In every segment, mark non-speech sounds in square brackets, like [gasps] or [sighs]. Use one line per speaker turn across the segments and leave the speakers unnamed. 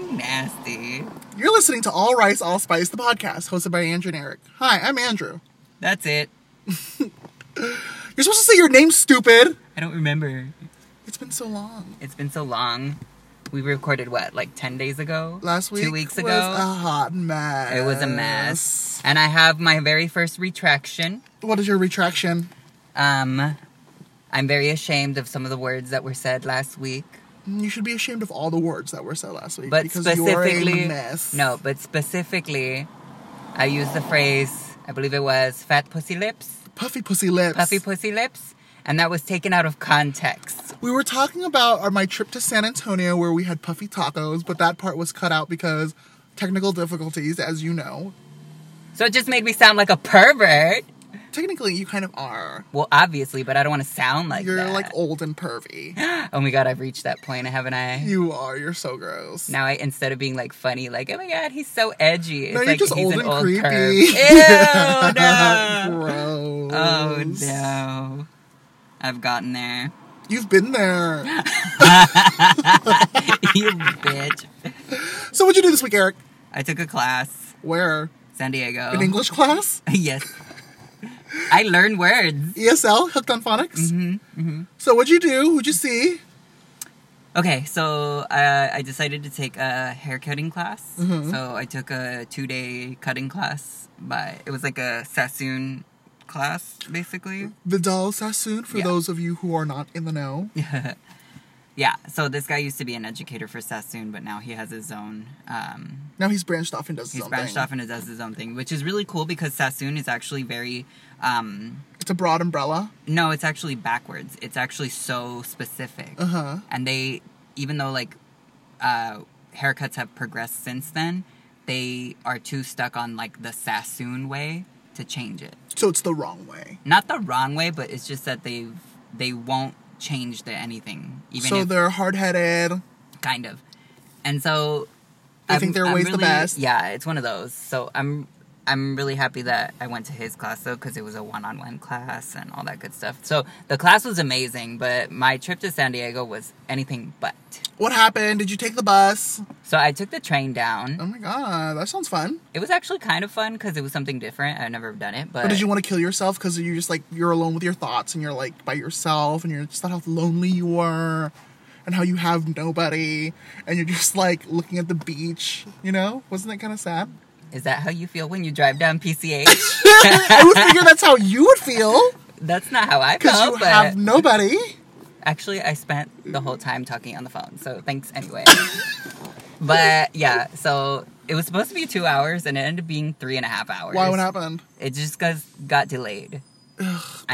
Nasty.
You're listening to All Rice, All Spice, the podcast hosted by Andrew and Eric. Hi, I'm Andrew.
That's it.
You're supposed to say your name, stupid.
I don't remember.
It's been so long.
It's been so long. We recorded what, like 10 days ago?
Last week,
Two weeks ago?
was a hot mess.
It was a mess. And I have my very first retraction.
What is your retraction?
Um, I'm very ashamed of some of the words that were said last week.
You should be ashamed of all the words that were said last week.
But
because
specifically,
you're a mess.
no, but specifically, I used the phrase, I believe it was fat pussy lips,
puffy pussy lips.
puffy pussy lips, and that was taken out of context.
we were talking about our, my trip to San Antonio where we had puffy tacos, but that part was cut out because technical difficulties, as you know.
So it just made me sound like a pervert.
Technically, you kind of are.
Well, obviously, but I don't want to sound like
you're
that.
like old and pervy.
oh my god, I've reached that point, haven't I?
You are. You're so gross.
Now I instead of being like funny, like oh my god, he's so edgy. It's
No, you're
like
just
he's
old
an
and
old
creepy.
perv.
[laughs]
Ew, no.
[laughs] gross.
Oh no. I've gotten there. [laughs]
You've been there.
you bitch.
So what'd you do this week, Eric?
I took a class,
Where?
San Diego.
An English class?
[laughs] yes. I learned words.
ESL? Hooked on phonics?
hmm hmm
So what'd you do? Who'd you see?
Okay, so uh, I decided to take a hair cutting class.
Mhm.
So I took a two day cutting class. By it was like a Sassoon class, basically. [laughs]
Vidal Sassoon, for
Yeah.
those of you who are not in the know.
yeah. So this guy used to be an educator for Sassoon, but now he has his own. Um,
Now he's branched off and does his
he's
own
branched
thing.
off and does his own thing, which is really cool because Sassoon is actually very. Um,
It's a broad umbrella.
no, it's actually backwards. It's actually so specific.
Uh huh.
and they even though like uh, haircuts have progressed since then they are too stuck on like the sassoon way to change it
So it's the wrong way.
not the wrong way but it's just that they they won't change to anything even
so
if,
they're hard headed.
kind of and so
They think their way's the
really-
best.
yeah it's one of those so i'm i'm really happy that i went to his class though because it was a one-on-one class and all that good stuff so the class was amazing but my trip to san diego was anything but
What happened? Did you take the bus?
So I took the train down.
Oh my god, that sounds fun.
It was actually kind of fun because it was something different. I've never done it, but
Or did you want to kill yourself because you're just like you're alone with your thoughts and you're like by yourself and you're just thought how lonely you were and how you have nobody and you're just like looking at the beach, you know? Wasn't that kind of
[laughs]
sad?
is that how you feel when you drive down
[laughs]
PCH?
I would figure that's how you would feel
That's not how I
because
felt,
you
but
have nobody.
actually, I spent the whole time talking on the phone. So thanks anyway. [laughs] but yeah, so it was supposed to be two hours and it ended up being three and a half hours.
Why? What happened?
It just got, got delayed. I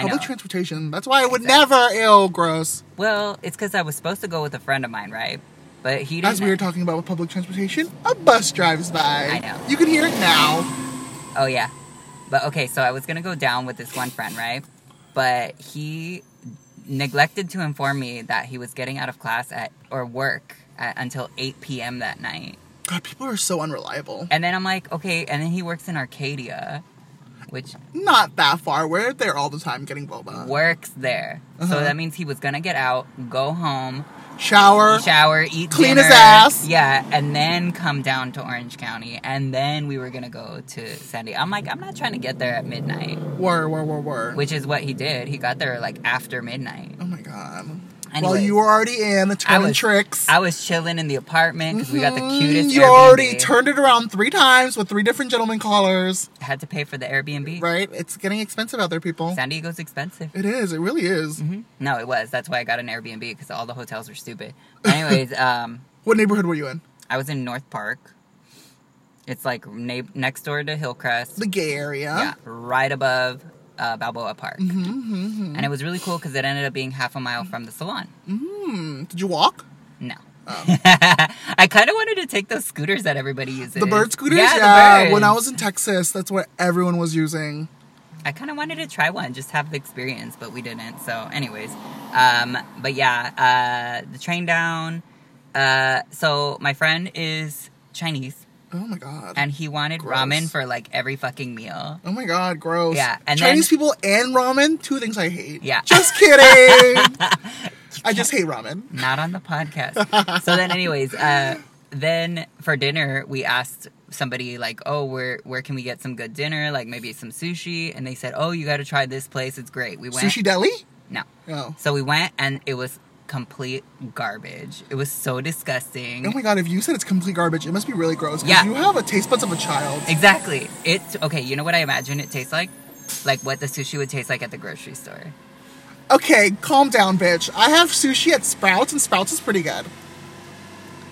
know.
Public transportation. That's why I would never. Ew, gross.
well, it's because I was supposed to go with a friend of mine, right? But he didn't.
As we were talking about with public transportation, a bus drives by.
I know.
You can hear it now.
Oh yeah. But okay, so I was gonna go down with this one friend, right? But he neglected to inform me that he was getting out of class at or work at, until 8 p.m. that night.
God, people are so unreliable.
And then I'm like, okay. And then he works in Arcadia, which
Not that far. We're there all the time getting boba.
works there. So
Uh-huh.
that means he was gonna get out, go home,
Shower.
shower, eat,
Clean
dinner,
his ass.
yeah, and then come down to Orange County, and then we were gonna go to Sandy. I'm like, I'm not trying to get there at midnight.
Were, were, were, were.
which is what he did. He got there like after midnight.
Oh my god.
Anyways,
Well, you were already in,
I
turning
was
tricks.
I was chilling in the apartment because we got the
Mm,
cutest.
You
Airbnb.
already turned it around three times with three different gentlemen callers,
Had to pay for the Airbnb.
right? It's getting expensive out there, people.
San Diego's expensive.
It is. It really is.
hmm No, it was. That's why I got an Airbnb because all the hotels were stupid. Anyways,
[laughs]
um,
What neighborhood were you in?
I was in North Park. It's like na- next door to Hillcrest.
The gay area.
yeah, right above uh, Balboa Park,
Mm-hmm.
and it was really cool because it ended up being half a mile from the salon.
Mm. Did you walk?
No.
Oh.
[laughs] I kind of wanted to take those scooters that everybody uses.
The bird scooters?
Yeah, the birds.
When I was in Texas, that's what everyone was using.
I kind of wanted to try one, just have the experience, but we didn't. So, anyways, um, but yeah, uh, the train down. Uh, so my friend is Chinese,
Oh my god.
and he wanted
Gross.
ramen for like every fucking meal.
oh my god, gross.
Yeah, and
Chinese
then-
people and ramen, two things I hate.
Yeah.
Just
[laughs]
kidding. I just hate ramen.
Not on the podcast. so then, anyways, uh, then for dinner we asked somebody like oh where where can we get some good dinner like maybe some sushi and they said oh you got to try this place it's great we went
Sushi deli?
no
Oh.
so we went and it was complete garbage it was so disgusting
Oh my god, if you said it's complete garbage, it must be really gross. 'cause
Yeah.
You have a taste buds of a child.
exactly it okay you know what i imagine it tastes like like what the sushi would taste like at the grocery store
Okay, calm down, bitch. I have sushi at Sprouts, and Sprouts is pretty good.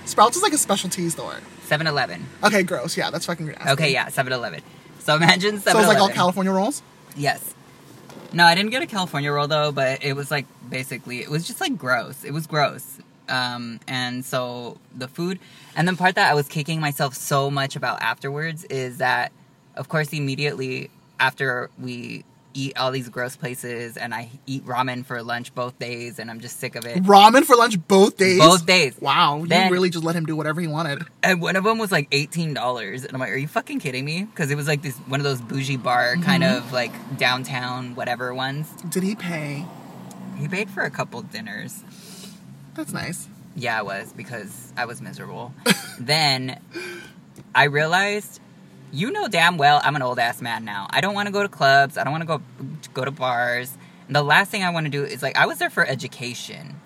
Sprouts is like a specialty store.
7-eleven
Okay, gross. Yeah, that's fucking nasty.
okay yeah 7-eleven so imagine 7-eleven
So it's like all California rolls?
Yes. No, I didn't get a California roll though, but it was like basically it was just like gross. It was gross. Um, and so the food and the part that I was kicking myself so much about afterwards is that of course immediately after we eat all these gross places and I eat ramen for lunch both days and I'm just sick of it.
Ramen for lunch both days?
Both days.
Wow, you
Then-
really just let him do whatever he wanted.
And one of them was like eighteen dollars, and I'm like, "Are you fucking kidding me?" Because it was like this one of those bougie bar kind of like downtown whatever ones.
Did he pay?
He paid for a couple dinners.
That's nice.
Yeah, I was because I was
[laughs]
miserable. then I realized, you know damn well I'm an old ass man now. I don't want to go to clubs. I don't want to go go to bars. And the last thing I want to do is like I was there for education.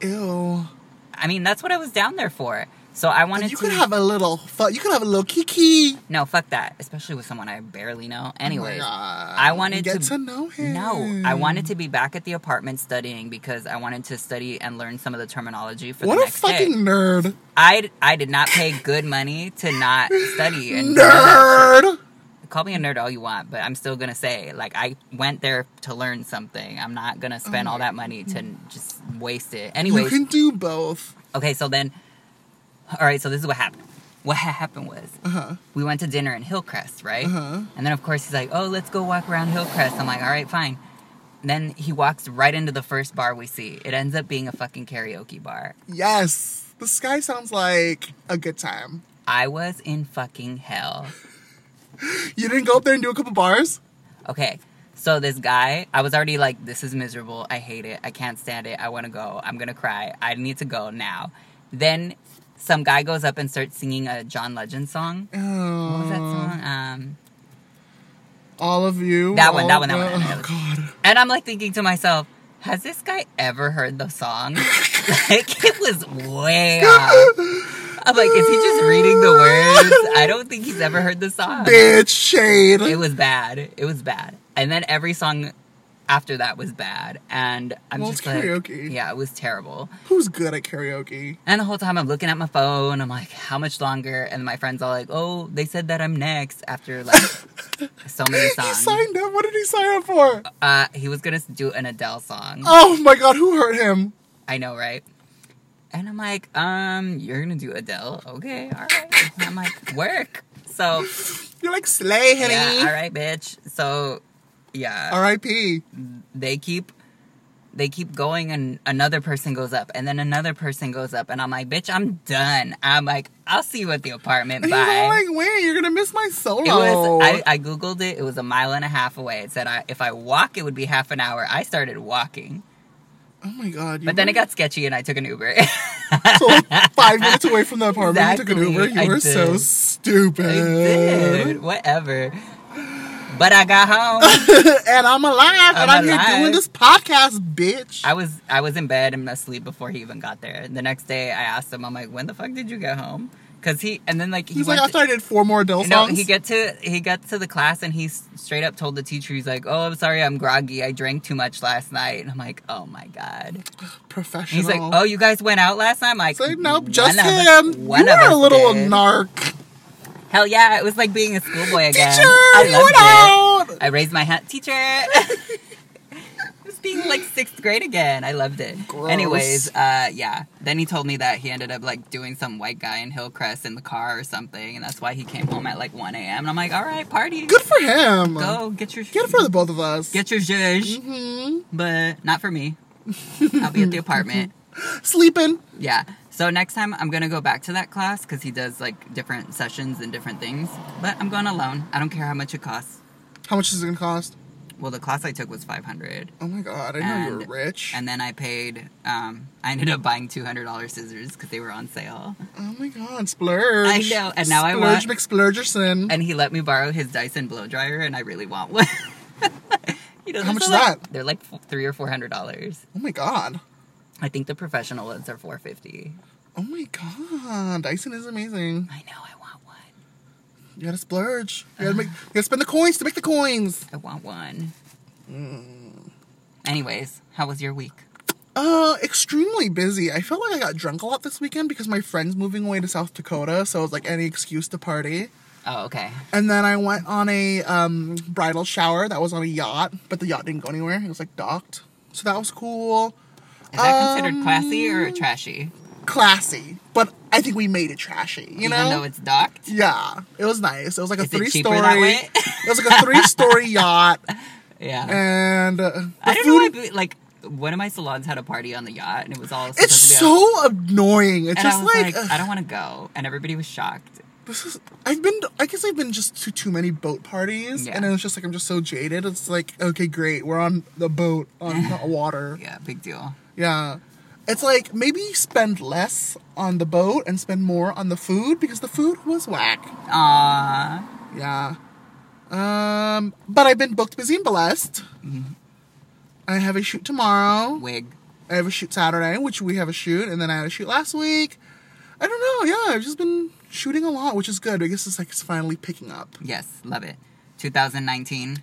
Ew.
I mean, that's what I was down there for. So I wanted
you
to
could have a little fu- you could have a little kiki.
no fuck that, especially with someone I barely
Oh
know. Anyway,
I
wanted
get
to-
to know him.
no,
Mm.
I wanted to be back at the apartment studying because I wanted to study and learn some of the terminology for
What
the
a
next day.
fucking nerd.
I, I did not pay good money to not study
[laughs]
and
Nerd.
call me a nerd all you want, but I'm still gonna say like I went there to learn something. I'm not gonna spend all that money to n- just waste it.
Oh Mm-hmm. You
Anyways,
can do both.
okay, so then, all right, so this is what happened. What ha- happened was
Uh-huh.
we went to dinner in Hillcrest, right?
Uh-huh.
And then of course he's like, "Oh, let's go walk around Hillcrest." I'm like, "All right, fine." Then he walks right into the first bar we see. It ends up being a fucking karaoke bar.
Yes. The sky sounds like a good time.
I was in fucking hell.
You didn't go up there and do a couple bars?
Okay. So this guy, I was already like, this is miserable. I hate it. I can't stand it. I want to go. I'm going to cry. I need to go now. Then some guy goes up and starts singing a John Legend song.
Oh.
What was that song? Um,
All of you.
That one,
all
that
of
one, that
the-
one, that
Oh
one.
god.
and I'm like thinking to myself, has this guy ever heard the song? [laughs] like, it was way
Oh,
off. I'm like, is he just reading the words? I don't think he's ever heard the song.
[laughs] Bitch shade.
Uh, It was bad. It was bad. And then every song after that was bad. And I'm
Well,
just
it's
like,
karaoke.
yeah, it was terrible.
Who's good at karaoke?
And the whole time I'm looking at my phone, I'm like, how much longer? And my friends all like, oh, they said that I'm next after
[laughs]
like so many
[gasps] He
songs.
signed up. What did he sign up for?
uh, he was gonna do an Adele song.
Oh my god, who hurt him?
I know, right? And I'm like, um, you're gonna do Adele? Okay, all right. I'm like, work. So
You're like slay, honey.
yeah, all right, bitch. So yeah.
R.I.P.
they keep they keep going and another person goes up and then another person goes up and I'm like, bitch, I'm done. I'm like, I'll see you at the apartment.
[laughs] And he's all
Bye.
like, wait, you're gonna miss my solo.
It was I, I Googled it, it was a mile and a half away. It said I, if I walk it would be half an hour. I started walking.
oh my god. you
But then
were
it got sketchy and I took an Uber. [laughs]
so five minutes away from the apartment. You took an
Exactly,
Uber.
I
You were so
did.
stupid.
I did. Whatever. But I got home.
[laughs] and I'm alive, and I'm
I'm
here
alive.
doing this podcast, bitch.
I was I was in bed and asleep before he even got there. The next day I asked him, I'm like, when the fuck did you get home? Cause he and then like he
He's
went
like, after I did four more Adele
No,
songs.
he get to he got to the class and he s- straight up told the teacher he's like, "Oh, I'm sorry, I'm groggy. I drank too much last night." And I'm like, "Oh my god." And
professional.
he's like, "Oh, you guys went out last night?" I'm like,
It's like, nope,
"One
just
of-
him.
one
You
of
are a
us
little
did."
narc.
Hell yeah, it was like being a schoolboy again.
Teacher,
I
you went
loved
out.
it. I raised my hand, teacher. [laughs] it was being like sixth grade again. I loved it.
Gross.
Anyways, uh, yeah. Then he told me that he ended up like doing some white guy in Hillcrest in the car or something, and that's why he came home at like 1 a.m. And I'm like, all right, party.
Good for him.
Go get your
Good for the both of us.
get your zhuzh,
hmm
but not for
[laughs]
me. I'll be at the apartment.
Sleeping.
Yeah. So next time I'm gonna go back to that class because he does like different sessions and different things. But I'm going alone. I don't care how much it costs.
How much is it gonna cost?
well, the class I took was 500.
Oh my god, I know you were
And-
rich.
And then I paid, um, I ended up buying $200 scissors because they were on sale.
oh my god, splurge.
I know, and now I
splurge
want-
Splurge McSplurgerson.
And he let me borrow his Dyson blow dryer, and I really want one. [laughs] you know,
How
they're
much
so
is
like-
that?
They're like f- three or four hundred dollars.
Oh my god.
I think the professional ones are four fifty.
Oh my god, Dyson is amazing.
I know, I want one.
You gotta splurge. You gotta, make, you gotta spend the coins to make the coins.
I want one. Anyways, how was your week?
Uh, extremely busy. I felt like I got drunk a lot this weekend because my friend's moving away to South Dakota, so it was like any excuse to party.
Oh, okay.
And then I went on a um, bridal shower that was on a yacht, but the yacht didn't go anywhere. It was like docked. So that was cool.
Is that considered
Um,
classy or trashy?
Classy, but I think we made it trashy, you
Even
know?
though it's docked?
yeah, it was nice. It was like a
Is it
three
cheaper
story.
that way?
[laughs] it was like a three story yacht,
Yeah.
and uh,
[laughs] I
the
don't know why, but, like, one of my salons had a party on the yacht and it was all supposed
It's
to be
so annoying.
and
It's just
I was
like,
like,
ugh,
I don't want to go. And everybody was shocked.
this is. I've been. I guess I've been just to too many boat parties,
Yeah.
and it was just like I'm just so jaded. It's like, okay, great, we're on the boat on
[laughs]
the water.
Yeah, big deal.
Yeah. It's like maybe spend less on the boat and spend more on the food because the food was whack.
Aww.
Yeah. Um, but I've been booked, busy, and blessed.
Mm-hmm.
I have a shoot tomorrow.
Wig.
I have a shoot Saturday, which we have a shoot, and then I had a shoot last week. I don't know. Yeah, I've just been shooting a lot, which is good. I guess it's like it's finally picking up.
Yes, love it. 2019.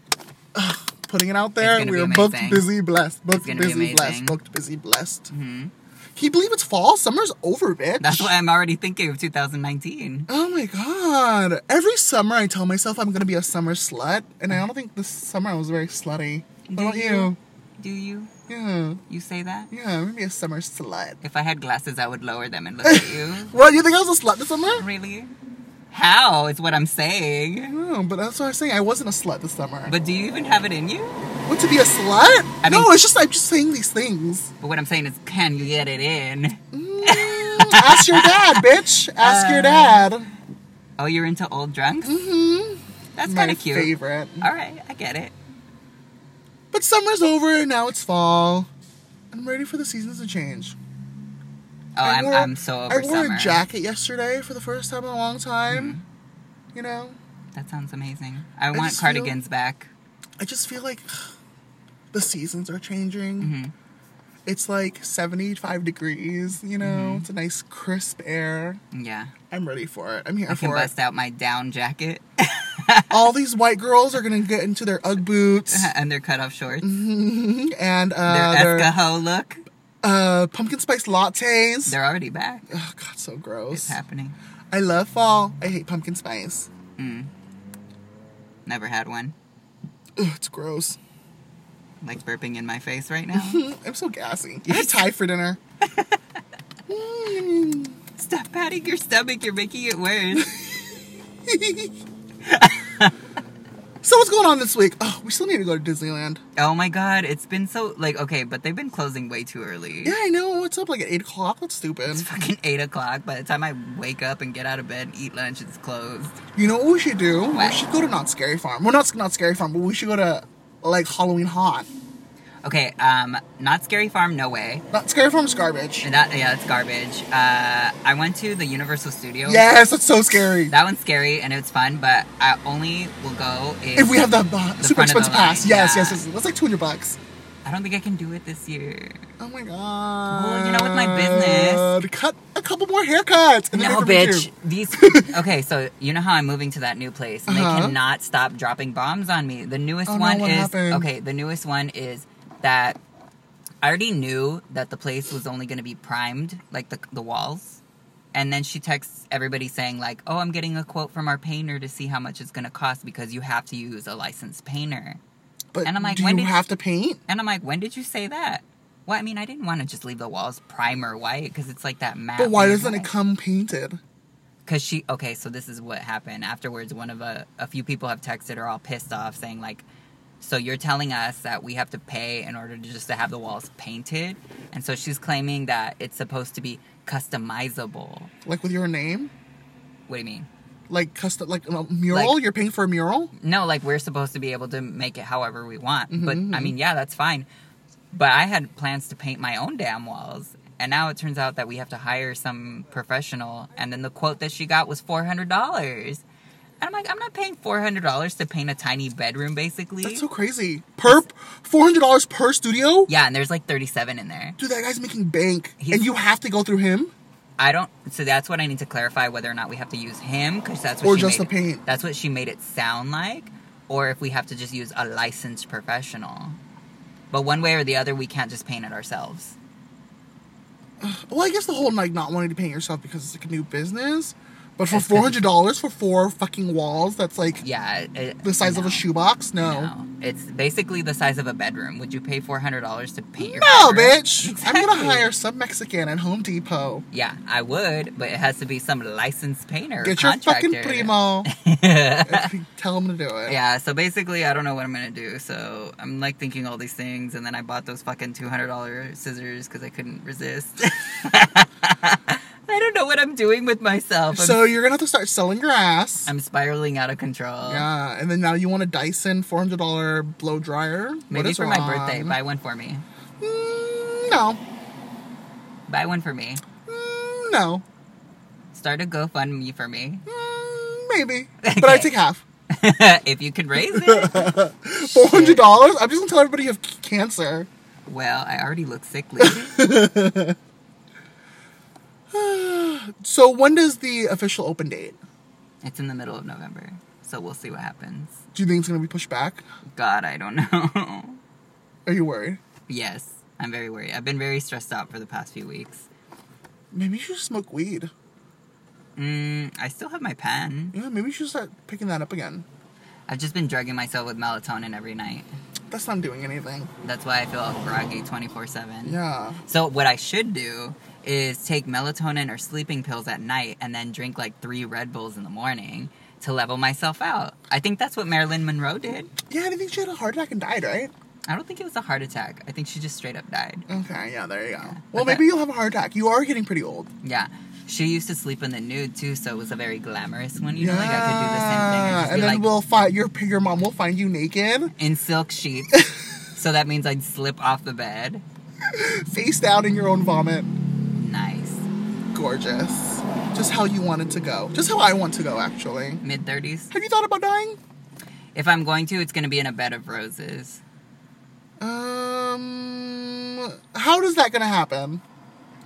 Putting it out there,
gonna
we
be
are booked,
amazing.
busy, blessed. Booked,
gonna be
busy, blessed.
amazing. Mm-hmm.
Booked, busy, blessed. Can you believe it's fall? Summer's over, bitch.
That's why I'm already thinking of 2019.
Oh my god. Every summer I tell myself I'm gonna be a summer slut, and I
Mm-hmm.
don't think this summer I was very slutty. What about
Do
you?
Do you?
Yeah.
You say that?
Yeah, I'm gonna be a summer slut.
If I had glasses, I would lower them and look at you.
Well, you think I was a slut this summer?
Really? How is what I'm saying.
No, but that's what I'm saying. I wasn't a slut this summer.
But do you even have it in you?
What to be a slut?
I
no,
mean-
it's just I'm just saying these things.
But what I'm saying is, can you get it in?
Mm, ask your dad, bitch. Ask
Uh,
your dad.
Oh, you're into old drunks?
hmm
mm-hmm. That's
My
kind of cute.
favorite.
All right, I get it.
But summer's over and now it's fall. I'm ready for the seasons to change.
Oh,
I
I'm,
wore-
I'm so over
I wore
summer.
a jacket yesterday for the first time in a long time.
Mm-hmm.
You know,
That sounds amazing. I, want
just feel-
cardigans back.
I just feel like [sighs] the seasons are changing.
hmm
It's like 75 degrees, you know,
Mm-hmm.
it's a nice crisp air.
Yeah,
I'm ready for it. I'm here
I can
for it.
bust out my down
[laughs]
jacket [laughs]
All these white girls are gonna get into their Ugg boots.
and their cutoff shorts,
and Mm-hmm. uh,
Uh-huh. their
their,
Escaho look.
uh, pumpkin spice lattes.
They're already back.
oh god, so
It's
gross.
happening.
I love fall. I hate pumpkin spice.
Mm. Never had one.
Ugh, it's gross. [laughs]
Like burping in my face right now.
I'm so gassy. I had Thai for dinner. [laughs] Mm.
Stop patting your stomach. You're making it worse.
so what's going on this week? Oh, we still need to go to Disneyland.
oh my god, it's been so like okay, but they've been closing way too early.
Yeah, I know. What's up? Like at eight o'clock? That's stupid.
It's fucking eight o'clock. By the time I wake up and get out of bed and eat lunch, it's closed.
You know what we should do?
What?
We should go to Not Scary Farm. Well, not not Scary Farm, but we should go to like Halloween Haunt.
Okay, um, not scary farm, no way.
Not Scary Farm's garbage.
And that yeah, it's garbage. Uh, I went to the Universal Studios.
Yes, that's so scary.
that one's scary and it's fun, but I only will go if,
If we have the, uh, super
front of the
expensive pass,
line,
yes,
yeah.
yes, yes, that's like two hundred bucks.
I don't think I can do it this year.
Oh my god!
Well, you know, with my business-
cut a couple more haircuts. And then
No,
make a
bitch.
review.
These.
[laughs]
Okay, so you know how I'm moving to that new place, and
Uh-huh.
they cannot stop dropping bombs on me. The newest
Oh,
one
no, what
is
happened?
okay. The newest one is that I already knew that the place was only going to be primed, like the the walls, and then she texts everybody saying like, "Oh, I'm getting a quote from our painter to see how much it's going to cost because you have to use a licensed painter."
But
And I'm like,
do
when
you
did-
have to paint?
And I'm like, "When did you say that?" Well, I mean, I didn't want to just leave the walls primer white because it's like that matte.
But why
weird
doesn't it
white.
come painted?
Cause she okay, so this is what happened afterwards. One of uh, a a few people have texted her all pissed off, saying like, "So you're telling us that we have to pay in order to just to have the walls painted?" And so she's claiming that it's supposed to be customizable.
Like with your name?
What do you mean?
like custom like a mural
Like-
you're paying for a mural
no, like we're supposed to be able to make it however we want.
Mm-hmm,
But I mean, yeah, that's fine. But I had plans to paint my own damn walls. And now it turns out that we have to hire some professional. And then the quote that she got was $400. And I'm like, I'm not paying $400 to paint a tiny bedroom, basically.
that's so crazy per $400 per studio
yeah, and there's like 37 in there.
dude that guy's making bank
He's-
and you have to go through him
I don't. So that's what I need to clarify whether or not we have to use him because that's what
Or
she
just
made it-
the paint.
that's what she made it sound like, or if we have to just use a licensed professional. But one way or the other, we can't just paint it ourselves.
well i guess the whole like not wanting to paint yourself because it's like a new business but for
That's 'cause-
$400 for four fucking walls that's like
Yeah, it- it-
the size of
no,
a shoebox no no,
No, it's basically the size of a bedroom. Would you pay four hundred dollars to paint your? bedroom?
bitch i'm gonna
Exactly.
hire some mexican at home depot
Yeah, I would, but it has to be some licensed painter. or
get your fucking
contractor. [laughs]
primo And tell him to do it
Yeah, so basically, I don't know what I'm gonna do. So I'm like thinking all these things, and then I bought those fucking two hundred dollar scissors because I couldn't resist. [laughs] I don't know what I'm doing with myself. I'm,
so you're gonna have to start selling your ass
I'm spiraling out of control.
Yeah, and then now you want a Dyson four hundred dollar blow dryer. What
Maybe
is
for
wrong?
my birthday, buy one for me.
Mm, no,
Buy one for me.
mm, no,
Start a GoFundMe for me [laughs]
mm, maybe, but I
Okay.
take half.
if you could raise it.
[laughs] Four hundred dollars. I'm just gonna tell everybody you have c- cancer.
well, I already look sickly.
[laughs] So when does the official open date?
it's in the middle of November, so we'll see what happens.
Do you think it's gonna be pushed back?
God, I don't know. [laughs]
Are you worried?
yes, I'm very worried. I've been very stressed out for the past few weeks.
Maybe you should smoke weed.
Mm, I still have my pen.
Yeah, maybe you should start picking that up again.
I've just been drugging myself with melatonin every night.
That's not doing anything.
That's why I feel groggy 24 7.
Yeah.
So, what I should do is take melatonin or sleeping pills at night and then drink like three Red Bulls in the morning to level myself out. I think that's what Marilyn Monroe did.
Yeah, I think she had a heart attack and died, right?
I don't think it was a heart attack. I think she just straight up died.
Okay, yeah, there you go.
But
Well,
that-
maybe you'll have a heart attack. You are getting pretty old.
Yeah. She used to sleep in the nude too, so it was a very glamorous one. You know, like I could do the same thing.
Yeah,
just
and
be
then
like,
we'll find your your mom will find you naked,
in silk sheets. so that means I'd slip off the bed.
face down in your own vomit.
Nice.
Gorgeous. Just how you want it to go. Just how I want to go, actually.
Mid 30s.
Have you thought about dying?
If I'm going to, it's going to be in a bed of roses.
Um, how is that gonna happen?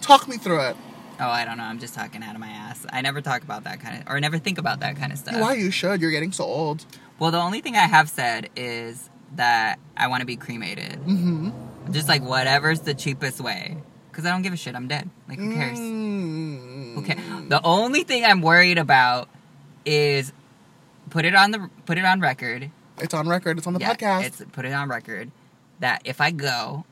Talk me through it.
Oh, I don't know. I'm just talking out of my ass. I never talk about that kind of, or never think about that kind of stuff.
Why you should? You're getting so old.
Well, the only thing I have said is that I want to be cremated.
Mm-hmm.
Just like whatever's the cheapest way. Because I don't give a shit. I'm dead. Like, who cares?
Mm.
Okay. The only thing I'm worried about is put it on the put it on record.
It's on record. It's on the
Yeah,
podcast.
It's put it on record that if I go,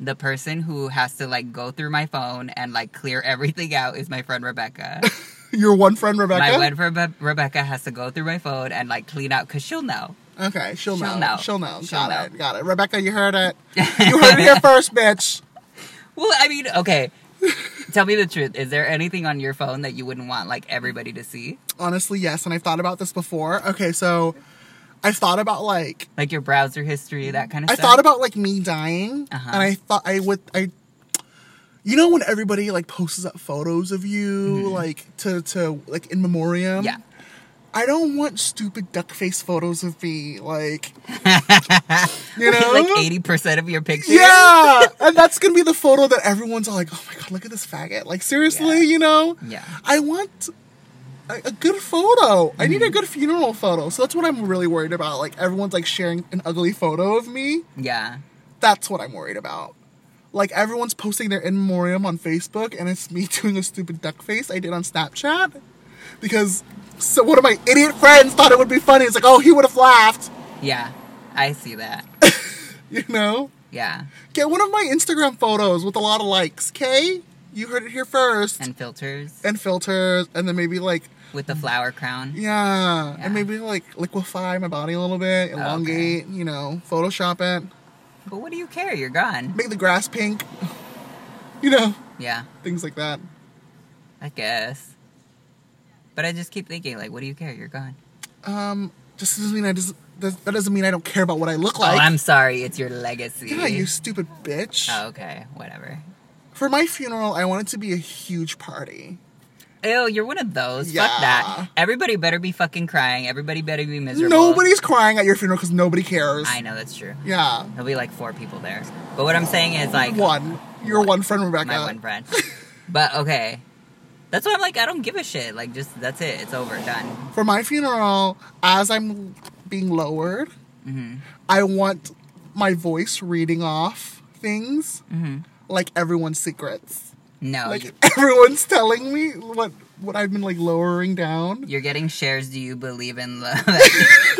the person who has to like go through my phone and like clear everything out is my friend
[laughs]
Rebecca.
[laughs] Your one friend Rebecca.
My wed Rebe- Rebecca has to go through my phone and like clean out because she'll know.
Okay, she'll,
She'll
know.
know.
She'll know.
She'll
Got
know.
it. Got it. Rebecca, you
[laughs]
heard it. You heard it here first, bitch.
Well, I mean,
[laughs]
okay. Tell me the truth. Is there anything on your phone that you wouldn't want like everybody to see?
honestly yes and i've thought about this before okay so i've thought about like
Like your browser history, that kind of
i
stuff?
thought about like me dying
Uh-huh.
and i thought i would i you know when everybody like posts up photos of you like to to like in
Mm-hmm.
memoriam
Yeah.
i don't want stupid duck face photos of me like
[laughs]
you know
like 80% of your pictures?
yeah and that's gonna be the photo that everyone's all like oh my god look at this faggot like seriously
Yeah.
you know
Yeah.
I want a, a good photo. I need a
Mm-hmm.
good funeral photo. So that's what I'm really worried about. Like everyone's like sharing an ugly photo of me.
Yeah.
That's what I'm worried about. Like everyone's posting their in memoriam on Facebook, and it's me [laughs] doing a stupid duck face I did on Snapchat because so one of my idiot friends thought it would be funny. It's like, oh, he would have laughed, [laughs]
Yeah. I see that.
you know.
Yeah.
Get one of my Instagram photos with a lot of likes. Okay, you heard it here first.
And filters
and filters, and then maybe like
with
[laughs]
the flower crown.
Yeah,
Yeah.
and maybe like liquefy my body a little bit, elongate, you know, Photoshop it,
But what do you care? You're gone.
make the grass pink, [laughs] you know,
Yeah,
things like that.
I guess. But I just keep thinking, like, what do you care? You're gone.
Um, just doesn't mean I just that, that doesn't mean I don't care about what I look
oh,
like.
I'm sorry. It's your legacy.
yeah, you stupid bitch.
Oh, okay, whatever.
For my funeral, I want it to be a huge party.
Ew, you're one of those.
Yeah.
Fuck that. Everybody better be fucking crying. Everybody better be miserable.
Nobody's crying at your funeral because nobody cares.
I know that's true.
Yeah,
There'll be like four people there. But what I'm saying is like
one. Your one friend, Rebecca.
my one friend. but okay, that's why I'm like I don't give a shit. Like just that's it. It's over. Done.
For my funeral, as I'm being lowered,
hmm
I want my voice reading off things
hmm
like everyone's secrets.
No,
like
Oh, you-
[laughs] everyone's telling me what what I've been like lowering down.
you're getting shares. Do you believe in love? [laughs]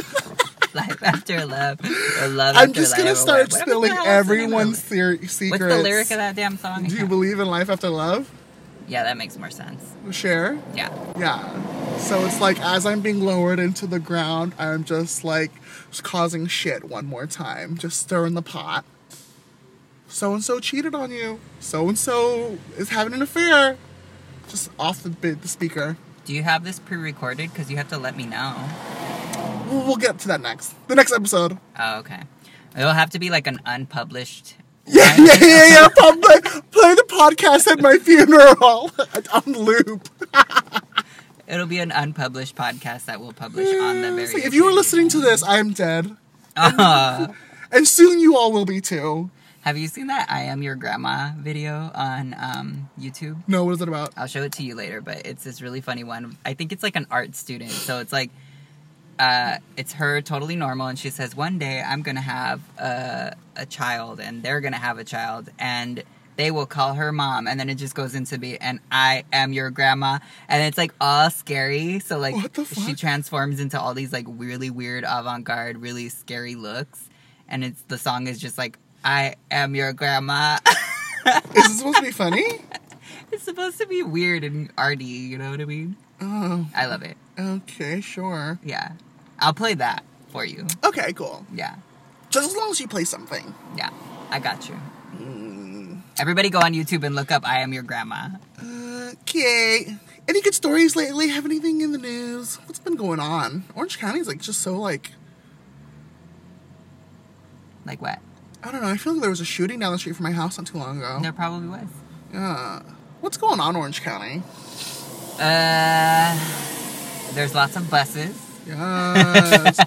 life after love, or love
I'm
after
just
life,
gonna
or
start
what- whatever the
spilling
hell else the name of
everyone's
it-
ser-
What's
secrets.
the lyric of that damn song?
Do you believe in life after love?
[laughs] yeah, that makes more sense.
Share.
Yeah.
Yeah. So it's like as I'm being lowered into the ground, I'm just like just causing shit one more time, just stirring the pot. So and so cheated on you. So and so is having an affair. Just off the bit, the speaker.
Do you have this pre-recorded? Because you have to let me know.
We'll, we'll get to that next. The next episode.
Oh, okay. It'll have to be like an unpublished.
[laughs] Yeah, yeah, yeah, yeah. Pop, play, play the podcast at my funeral [laughs] on loop.
It'll be an unpublished podcast that we'll publish on the very.
It's like, if you
[laughs]
were listening to this, I am dead. And soon you all will be too.
Oh. have you seen that I am your grandma video on um, YouTube?
No, what is it about?
I'll show it to you later, but it's this really funny one. I think it's like an art student, so it's like uh, it's her totally normal, and she says, "One day I'm gonna have a a child, and they're gonna have a child, and." They will call her mom, and then it just goes into be, and I am your grandma, and it's like all scary. So like
What the
she
fuck?
transforms into all these like really weird avant garde, really scary looks, and it's the song is just like I am your grandma. [laughs]
Is this supposed to be funny?
It's supposed to be weird and arty, you know what I mean?
Oh,
I love it.
okay, sure.
Yeah. I'll play that for you.
Okay, cool.
Yeah.
Just as long as you play something.
Yeah. I got you.
Mm.
Everybody go on YouTube and look up I Am Your Grandma.
Okay. Any good stories lately? Have anything in the news? What's been going on? Orange County's like just so like
Like what?
I don't know. I feel like there was a shooting down the street from my house not too long ago.
There probably was.
Yeah. What's going on, Orange County?
Uh there's lots of buses. [laughs]
Yes.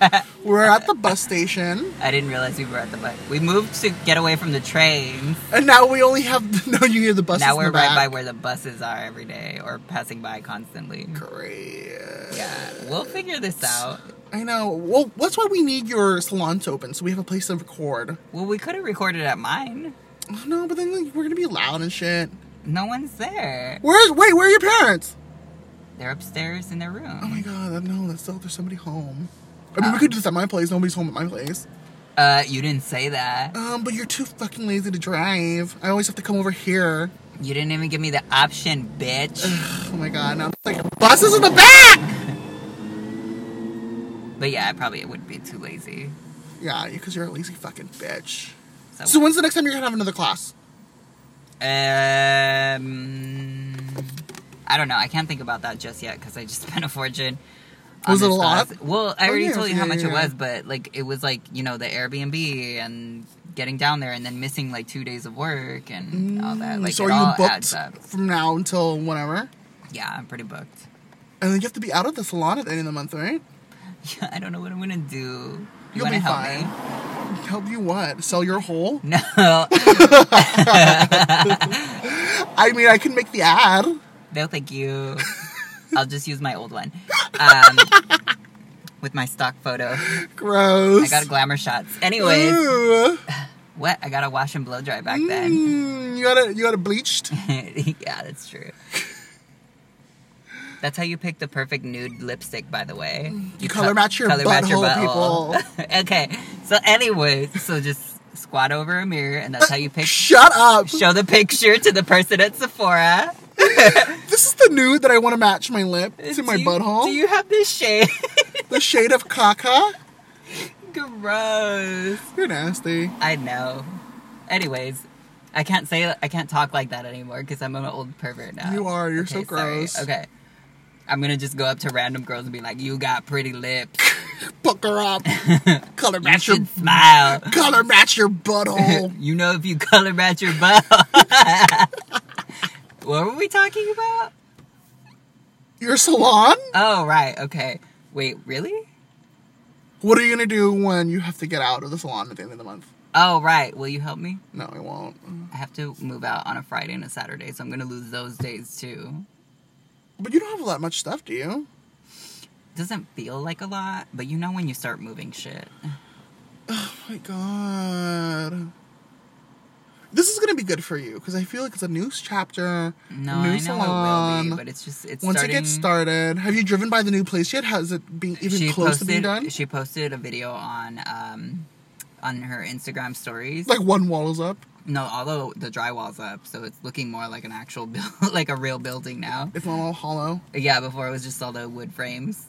We're at the bus station,
I didn't realize we were at the bus. We moved to get away from the trains.
and now we only have. Now you hear the [laughs] buses.
now
in
we're
the
right by
back.
where the buses are every day or passing by constantly.
Great.
Yeah. We'll figure this out.
I know. Well, that's why we need your salon to open, so we have a place to record. Oh,
Well, we could have recorded at mine.
No, but then like, we're gonna be loud and shit.
No one's there.
Where's wait? Where are your parents?
They're upstairs in their room.
Oh my god! No, that's still there's somebody home. I mean, we could do this at my place. Nobody's home at my place.
Uh, you didn't say that.
Um, but you're too fucking lazy to drive. I always have to come over here.
You didn't even give me the option, bitch.
Oh my god! Now it's like buses in the back.
but yeah, I probably would be too lazy.
Yeah, because you're a lazy fucking bitch.
So,
So when's the next time you're gonna have another class?
um, I don't know. I can't think about that just yet because I just [laughs] spent a fortune. on
Was it
this
a lot?
class. Well, I
Oh,
already
yeah,
told you how
yeah,
much it
yeah.
was, but like it was like you know the Airbnb and getting down there and then missing like two days of work and all that. Like
Mm, so
it
are you
all
booked
adds up.
from now until whenever?
Yeah, I'm pretty booked. [laughs]
And then you have to be out of the salon at the end of the month, right?
Yeah, I don't know what I'm gonna do. You
You'll
wanna
be
help
fine.
me?
Help you what? Sell your hole?
No, [laughs]
I mean, I can make the ad.
No, thank
[laughs]
you. I'll just use my old one. Um, with my stock photo. I
Gross.
got glamour shots.
[laughs]
Anyways,
Ooh.
what? I got a wash and blow dry back
[laughs]
then. [laughs]
Mm, you got it. You got it bleached.
yeah, that's true. That's how you pick the perfect nude lipstick, by the way.
You
co-
color match your butthole,
[laughs] okay, so anyways, so just squat over a mirror, and that's how you
[laughs]
pick.
Shut up.
Show the picture to the person at Sephora.
This is the nude that I want to match my lip to my
Do you-
butthole.
Do you have this shade?
The shade of caca.
Gross.
You're nasty.
I know. Anyways, I can't say I can't talk like that anymore because I'm an old pervert now.
You are, you're so
sorry.
gross.
Okay. I'm gonna just go up to random girls and be like, "You got pretty lips.
Book her
[laughs]
up. color
You
match your
should smile.
color match your butthole.
[laughs] you know if you color match your butt." [laughs] what were we talking about?
your salon.
Oh right, okay. Wait, really?
What are you gonna do when you have to get out of the salon at the end of the month?
Oh right. Will you help me?
No, I won't.
I have to move out on a Friday and a Saturday, so I'm gonna lose those days too.
But you don't have that much stuff, do you?
Doesn't feel like a lot, but you know when you start moving shit.
Oh my god. This is gonna be good for you because I feel like it's a new chapter.
No,
new
I know it will be, but it's just it's
Once
starting.
it gets started, have you driven by the new place yet? Has it been even close
posted,
to being done?
She posted a video on um on her Instagram stories.
like one wall is up.
no, although the drywall's up, so it's looking more like an actual [laughs] build, like a real building now.
It's not all hollow.
Yeah, before it was just all the wood frames.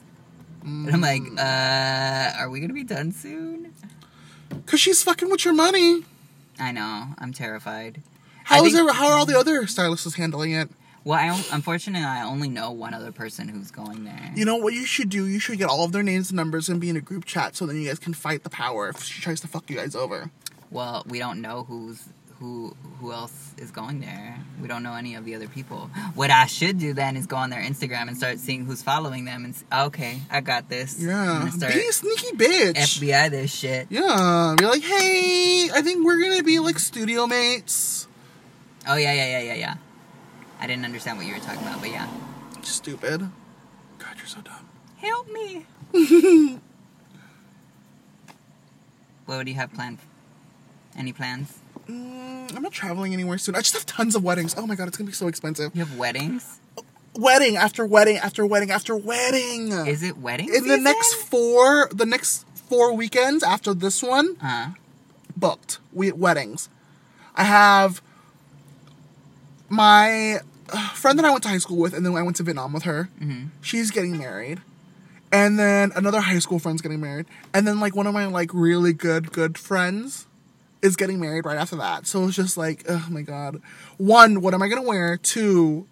And I'm like,
Mm.
uh, are we gonna be done soon?
Mm. Cause she's fucking with your money.
I know, I'm terrified. I
How is
think-
there, how are all the other stylists handling it?
Well, I, on- unfortunately, I only know one other person who's going there.
You know what you should do? You should get all of their names and numbers and be in a group chat so then you guys can fight the power if she tries to fuck you guys over.
Well, we don't know who's who who else is going there. We don't know any of the other people. What I should do then is go on their Instagram and start seeing who's following them and s okay, I got this. I'm
Yeah.
gonna start
Be a sneaky bitch.
FBI this shit.
Yeah. Be like, hey, I think we're gonna be like studio mates.
Oh yeah, yeah, yeah, yeah, yeah. I didn't understand what you were talking about, but yeah.
Stupid. God, you're so dumb.
Help
[laughs]
me. what do you have planned? Any plans?
Mm, I'm not traveling anywhere soon. I just have tons of weddings. Oh my god, it's gonna be so expensive.
You have weddings?
Wedding after wedding after wedding after wedding.
Is it wedding?
Uh, in the
season?
next four the next four weekends after this one
Huh?
booked we weddings i have my uh, friend that i went to high school with and then i went to vietnam with her she's getting married and then another high school friend's getting married and then like one of my like really good good friends is getting married right after that so it's just like oh my god one what am i gonna wear two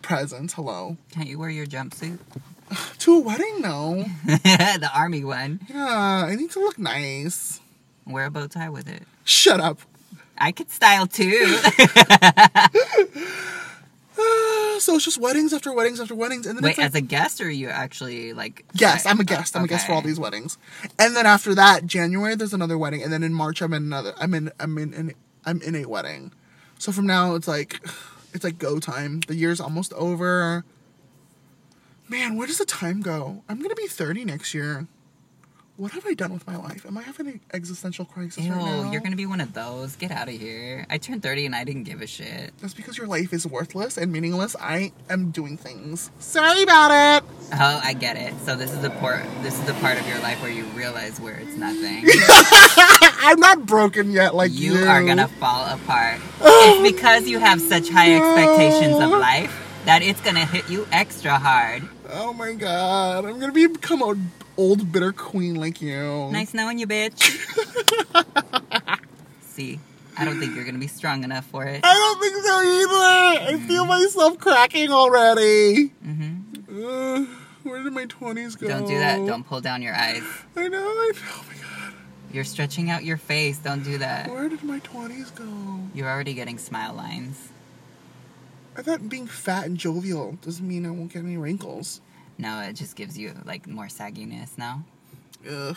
presents hello
Can't you wear your jumpsuit? [laughs]
to a wedding no
the army one.
Yeah, I need to look nice.
Wear a bow tie with it.
Shut up.
I could style too.
Ah, so it's just weddings after weddings after weddings, and
[laughs]
then
Wait,
it's like,
as a guest, or are you actually like?
yes, I'm a guest. I'm a guest for all
Okay.
these weddings, and then after that, January there's another wedding, and then in March I'm in another. I'm in. I'm in. in I'm in a wedding. So from now it's like, it's like go time. The year's almost over. Man, where does the time go? I'm gonna be 30 next year. What have I done with my life? Am I having an existential crisis
Ew,
right now?
you're gonna be one of those. Get out of here. I turned 30 and I didn't give a shit.
That's because your life is worthless and meaningless. I am doing things. Sorry about it.
Oh, I get it. So this is the part. This is the part of your life where you realize where it's
[laughs]
nothing.
I'm not broken yet, like you.
you are gonna
[sighs]
fall apart. it's because you have such high expectations of
No.
life that it's gonna hit you extra hard.
Oh my god, I'm gonna be- become an old bitter queen like you.
Nice knowing you,
[laughs]
bitch. See, I don't think you're gonna be strong enough for it.
I don't think so either. I feel myself cracking already.
hmm
Ugh, where did my twenties go?
Don't do that. Don't pull down your eyes.
I know. I feel. Oh my god,
You're stretching out your face. Don't do that.
where did my twenties go?
You're already getting smile lines.
I thought being fat and jovial doesn't mean I won't get any wrinkles.
No, it just gives you like more sagginess now.
Ugh.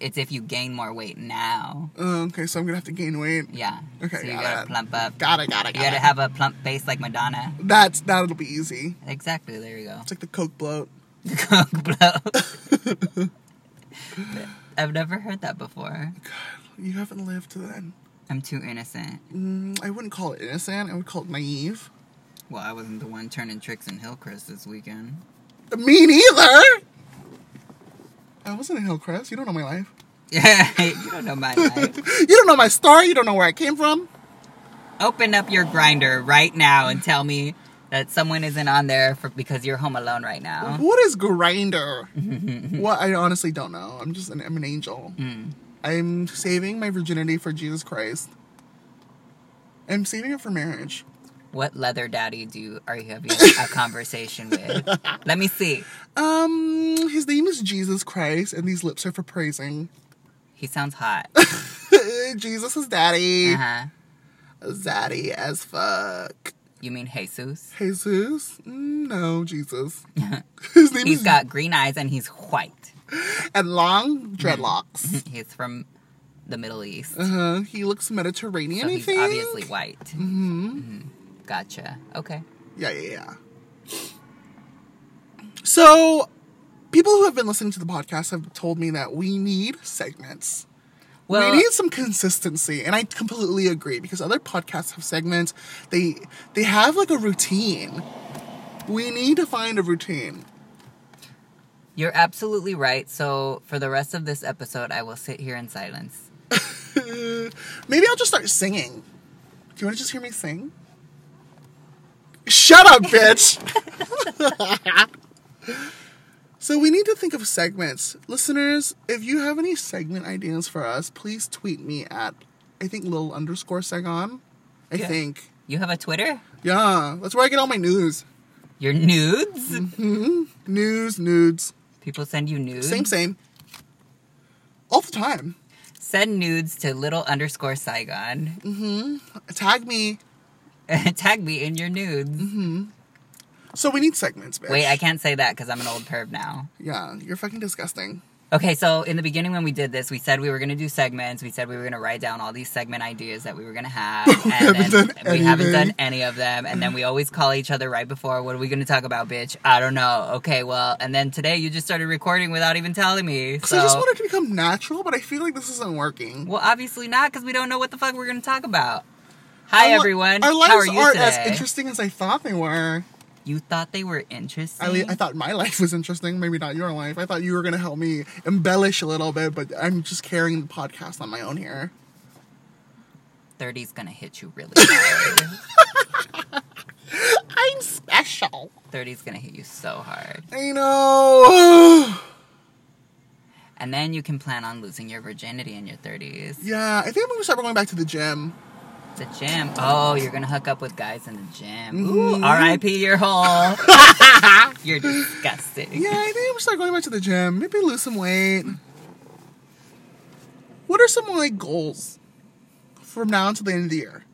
It's if you gain more weight now.
Uh, okay, so I'm gonna have to gain weight.
Yeah.
Okay,
so you
got
gotta
it.
plump up.
Got it. Got it. Got
You gotta
it.
have a plump face like Madonna.
That's that'll be easy.
Exactly. There you go.
It's like the Coke bloat.
[laughs] Coke blow.
[laughs]
I've never heard that before.
You haven't lived then.
I'm too innocent.
Mm, I wouldn't call it innocent. I would call it naive.
Well, I wasn't the one turning tricks in Hillcrest this weekend. [laughs]
Me neither. I wasn't in Hillcrest. You don't know my life. [laughs]
Yeah, you don't know my life.
you don't know my story. You don't know where I came from.
Open up your grinder right now and tell me that someone isn't on there for, because you're home alone right now.
What is grinder? what I honestly don't know. I'm just an, I'm an angel.
Mm.
I'm saving my virginity for Jesus Christ. I'm saving it for marriage.
What leather daddy do are you having a conversation with? Let me see.
Um, his name is Jesus Christ, and these lips are for praising. [laughs]
He sounds hot.
Jesus is daddy.
Uh-huh.
Zaddy as fuck.
You mean Jesus?
Jesus? Mm,
[laughs]
No, Jesus. His name
He's
is
got green eyes and he's white.
and long dreadlocks.
He's from the Middle East.
Uh huh. He looks
Mm-hmm.
Mediterranean.
So
I
he's
think.
obviously white. Mm-hmm. Gotcha. Okay.
Yeah, yeah, yeah. So, people who have been listening to the podcast have told me that we need segments.
Well,
we need some consistency, and I completely agree because other podcasts have segments. They they have like a routine. We need to find a routine.
you're absolutely right. So for the rest of this episode, I will sit here in silence.
Maybe I'll just start singing. Do you want to just hear me sing? Shut up, bitch! [laughs] so we need to think of segments. Listeners, if you have any segment ideas for us, please tweet me at I think little underscore Sagon. I
Yeah.
think.
You have a Twitter?
Yeah, that's where I get all my news.
Your nudes?
News, nudes.
People send you nudes.
Same, same. All the time.
Send nudes to little underscore Saigon. [laughs]
Tag me.
Tag me in your nudes.
So we need segments, bitch.
Wait, I can't say that because I'm an old perv now.
Yeah, you're fucking disgusting.
Okay, so in the beginning when we did this, we said we were gonna do segments. We said we were gonna write down all these segment ideas that we were gonna have,
[laughs]
and
haven't
then
done
we haven't
anything.
done any of them. And then we always call each other right before. What are we gonna talk about, bitch? I don't know. Okay, well, and then today you just started recording without even telling me.
Because
So,
I just want it to become natural, but I feel like this isn't working.
well, obviously not because we don't know what the fuck we're gonna talk about. Hi
Our li-
everyone.
Our lives
How are you
aren't
today?
as interesting as I thought they were.
You thought they were interesting.
I, I thought my [laughs] life was interesting, maybe not your life. I thought you were going to help me embellish a little bit, but I'm just carrying the podcast on my own here.
30's gonna hit you really hard. [laughs]
I'm special.
30's gonna hit you so hard.
I know. [sighs]
And then you can plan on losing your virginity in your 30s.
yeah, I think I'm going to start going back to the gym.
The gym. Oh, you're gonna hook up with guys in the gym.
Mm-hmm.
Ooh, R.I.P. your hole. [laughs] you're disgusting.
Yeah, I think I'm going to start going back to the gym. Maybe lose some weight. What are some, like, goals from now until the end of the year?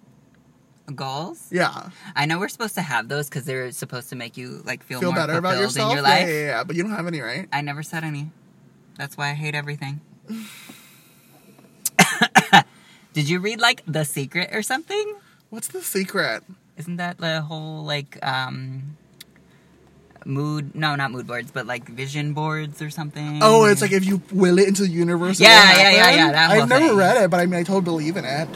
Goals.
Yeah.
I know we're supposed to have those because they're supposed to make you like feel,
Feel
more
better
fulfilled
about yourself?
in your life.
Yeah, yeah, yeah, but you don't have any, right?
I never said any. That's why I hate
[laughs]
everything. [laughs] Did you read like The Secret or something?
What's the secret?
Isn't that the whole like um mood? No, not mood boards, but like vision boards or something.
Oh, it's like if you will it into the universe. it
Yeah,
will
yeah, yeah,
happen?
yeah, that whole
I've never
thing.
read it, but I mean, I totally believe in it.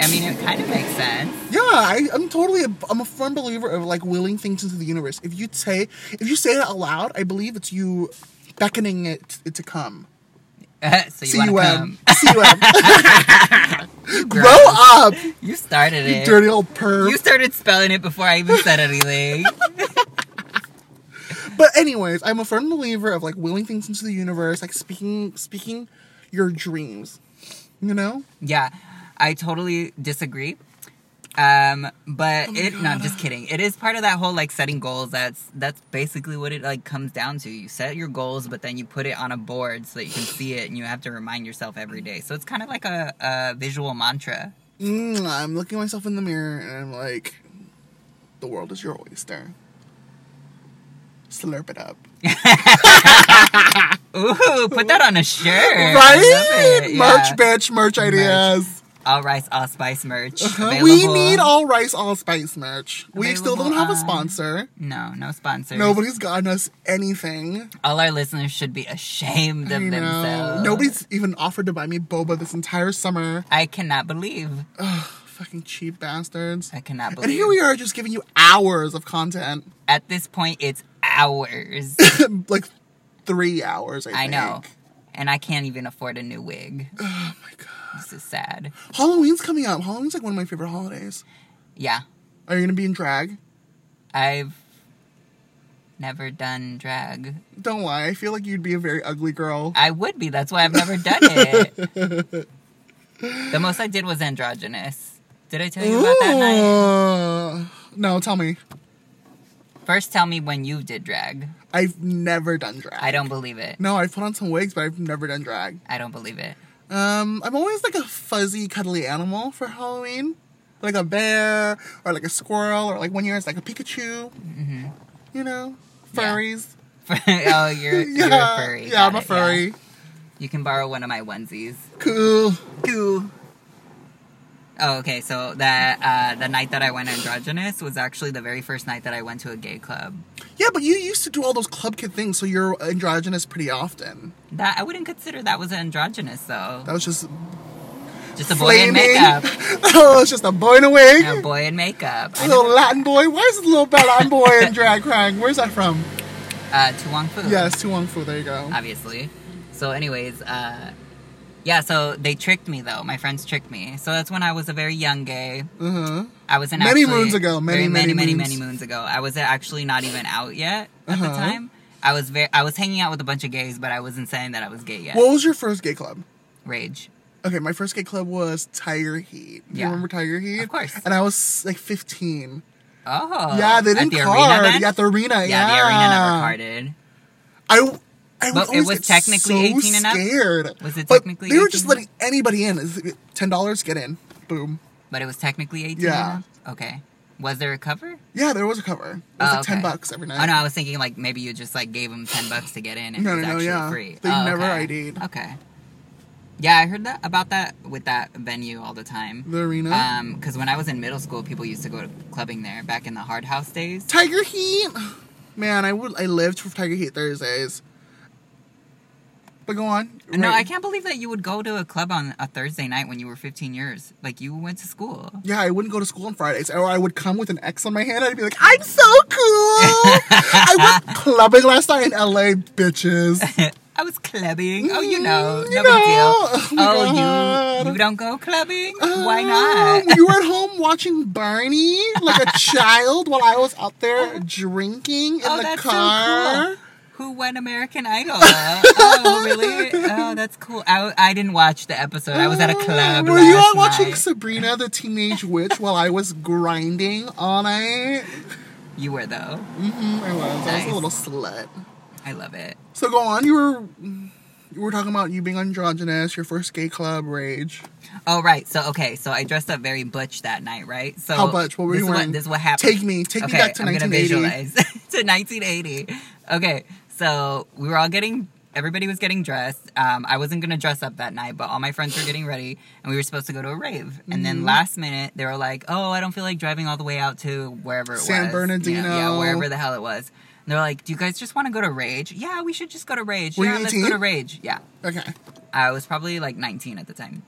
I mean, it kind of makes sense. [laughs]
Yeah, I, I'm totally. A, I'm a firm believer of like willing things into the universe. If you say, if you say it out loud, I believe it's you beckoning it, it to come.
so you want to come?
C-U-M. [laughs] Grow
Gross.
up, you
You started it.
dirty old perv.
You started spelling it before I even said
[laughs]
anything.
But anyways, I'm a firm believer of like willing things into the universe, like speaking, speaking your dreams. You know,
yeah, I totally disagree. Um,
Oh
but it no, I'm just kidding. It is part of that whole like setting goals. That's that's basically what it like comes down to. You set your goals, but then you put it on a board so that you can see it, and you have to remind yourself every day. So it's kind of like a, a visual mantra.
Mm, I'm looking myself in the mirror and I'm like, the world is your oyster. Slurp it up.
Ooh, put that on a shirt, I
right?
love it.
Merch,
Yeah.
bitch, merch ideas.
all rice, all spice merch.
Uh-huh. We
available.
need all rice, all spice merch. We still
Available
don't have a
on-
sponsor.
No, no sponsors.
Nobody's gotten us anything.
All our listeners should be ashamed of
You know,
themselves.
nobody's even offered to buy me boba this entire summer.
I cannot believe.
Fucking cheap bastards.
I cannot believe.
And here we are just giving you hours of content. [coughs]
At this point, it's
[laughs]
hours.
like three hours, I think.
I know. And I can't even afford a new wig.
Oh my god.
This is sad.
Halloween's coming up. Halloween's like one of my favorite holidays.
Yeah.
Are you gonna be in drag?
I've never done drag.
Don't lie. I feel like you'd be a very ugly girl.
I would be. That's why I've never done
[laughs]
it. the most I did was androgynous. Did I tell you about that night?
Ooh. No, tell me.
First, tell me when you did drag.
I've never done drag.
I don't believe it.
No, I've put on some wigs, but I've never done drag.
I don't believe it. [laughs]
Um, I'm always like a fuzzy, cuddly animal for Halloween, like a bear or like a squirrel or like one year it's like a Pikachu. You know,
Mm-hmm. Yeah.
furries.
oh, you're, you're a furry.
yeah,
Got
I'm a
it,
furry.
You can borrow one of my onesies.
Cool, cool.
Oh, okay. So that uh, the night that I went androgynous was actually the very first night that I went to a gay club.
Yeah, but you used to do all those club kid things, so you're androgynous pretty often.
That I wouldn't consider that was androgynous though.
That was just
Just a boy in
flaming. [laughs]
makeup.
oh, it's just a boy in a wig.
A boy in makeup.
A little Latin boy. Why is this little bad Latin boy
[laughs]
in drag crying? Where's that from?
Uh, to Wong Fu.
Yes, Tu Wong Fu. There you go.
obviously. So, anyways, uh, yeah, so they tricked me though. My friends tricked me. So that's when I was a very young gay.
Uh-huh.
I wasn't
Many
actually-
moons ago, many,
very
many
many,
moons.
many moons ago. I was actually not even out yet at the
Uh-huh.
time. I was very, I was hanging out with a bunch of gays, but I wasn't saying that I was gay yet.
What was your first gay club?
Rage.
Okay, my first gay club was Tiger Heat. Do
Yeah.
you remember Tiger Heat?
Of course.
And I was like 15.
Oh,
yeah, they
at
didn't
the arena
card.
then?
yeah, at the arena. Yeah,
yeah, the arena never carded.
I, I would
But it
always
was
get
technically
so
18 and up?
scared.
Was it
But
technically
They were
18?
just letting anybody in. It's $10, get in. Boom.
But it was technically eighteen.
Yeah.
and up? Okay. Was there a cover?
Yeah, there was a cover. It was
Oh,
like
okay.
10 bucks every night.
Oh no, I was thinking like maybe you just like gave them ten bucks to get in and
No,
it was
no, no,
actually
yeah.
free.
They
Oh,
never
okay.
ID'd.
Okay. Yeah, I heard that about that with that venue all the time.
The arena.
Um, because when I was in middle school, people used to go to clubbing there back in the hard house days.
Tiger Heat. Man, I would. I lived for Tiger Heat Thursdays. But go on.
No,
Right.
I can't believe that you would go to a club on a Thursday night when you were 15 years. Like you went to school.
Yeah, I wouldn't go to school on Fridays, or I would come with an X on my hand. I'd be like, "I'm so cool."
[laughs]
I went clubbing last night in LA, bitches.
I was clubbing. [laughs] Oh, you know,
Mm,
no
you
big deal.
know.
Oh,
Oh my God.
you you don't go clubbing? Why
Um,
not?
you were at home watching Barney like
[laughs]
a child while I was out there drinking in
Oh,
the
that's so
car.
cool. Who won American Idol? oh, really? Oh, that's cool. I, I didn't watch the episode. I was at a club.
Mm, Were you
last
out watching
night.
Sabrina the Teenage Witch while I was grinding
[laughs]
all night?
You were though.
Mm, I was. I was
Nice.
a little slut.
I love it.
So go on. You were you were talking about you being androgynous, your first gay club rage.
Oh right. So okay. So I dressed up very butch that night, right? So
How butch? What were
this
you
is what-
wearing?
this is what happened.
Take me, take me
okay,
back to
I'm gonna
1980.
visualize [laughs] to 1980. Okay. So we were all getting. Everybody was getting dressed. Um, I wasn't gonna dress up that night, but all my friends were getting ready, and we were supposed to go to a rave. And
Mm-hmm.
then last minute, they were like, "Oh, I don't feel like driving all the way out to wherever it
San
was, You know, yeah,
Bernardino.
wherever the hell it was." And they're like, "Do you guys just want to go to Rage? Yeah, we should just go to Rage.
Were you
yeah, let's go
18?
to Rage. Yeah."
Okay.
I was probably like 19 at the time.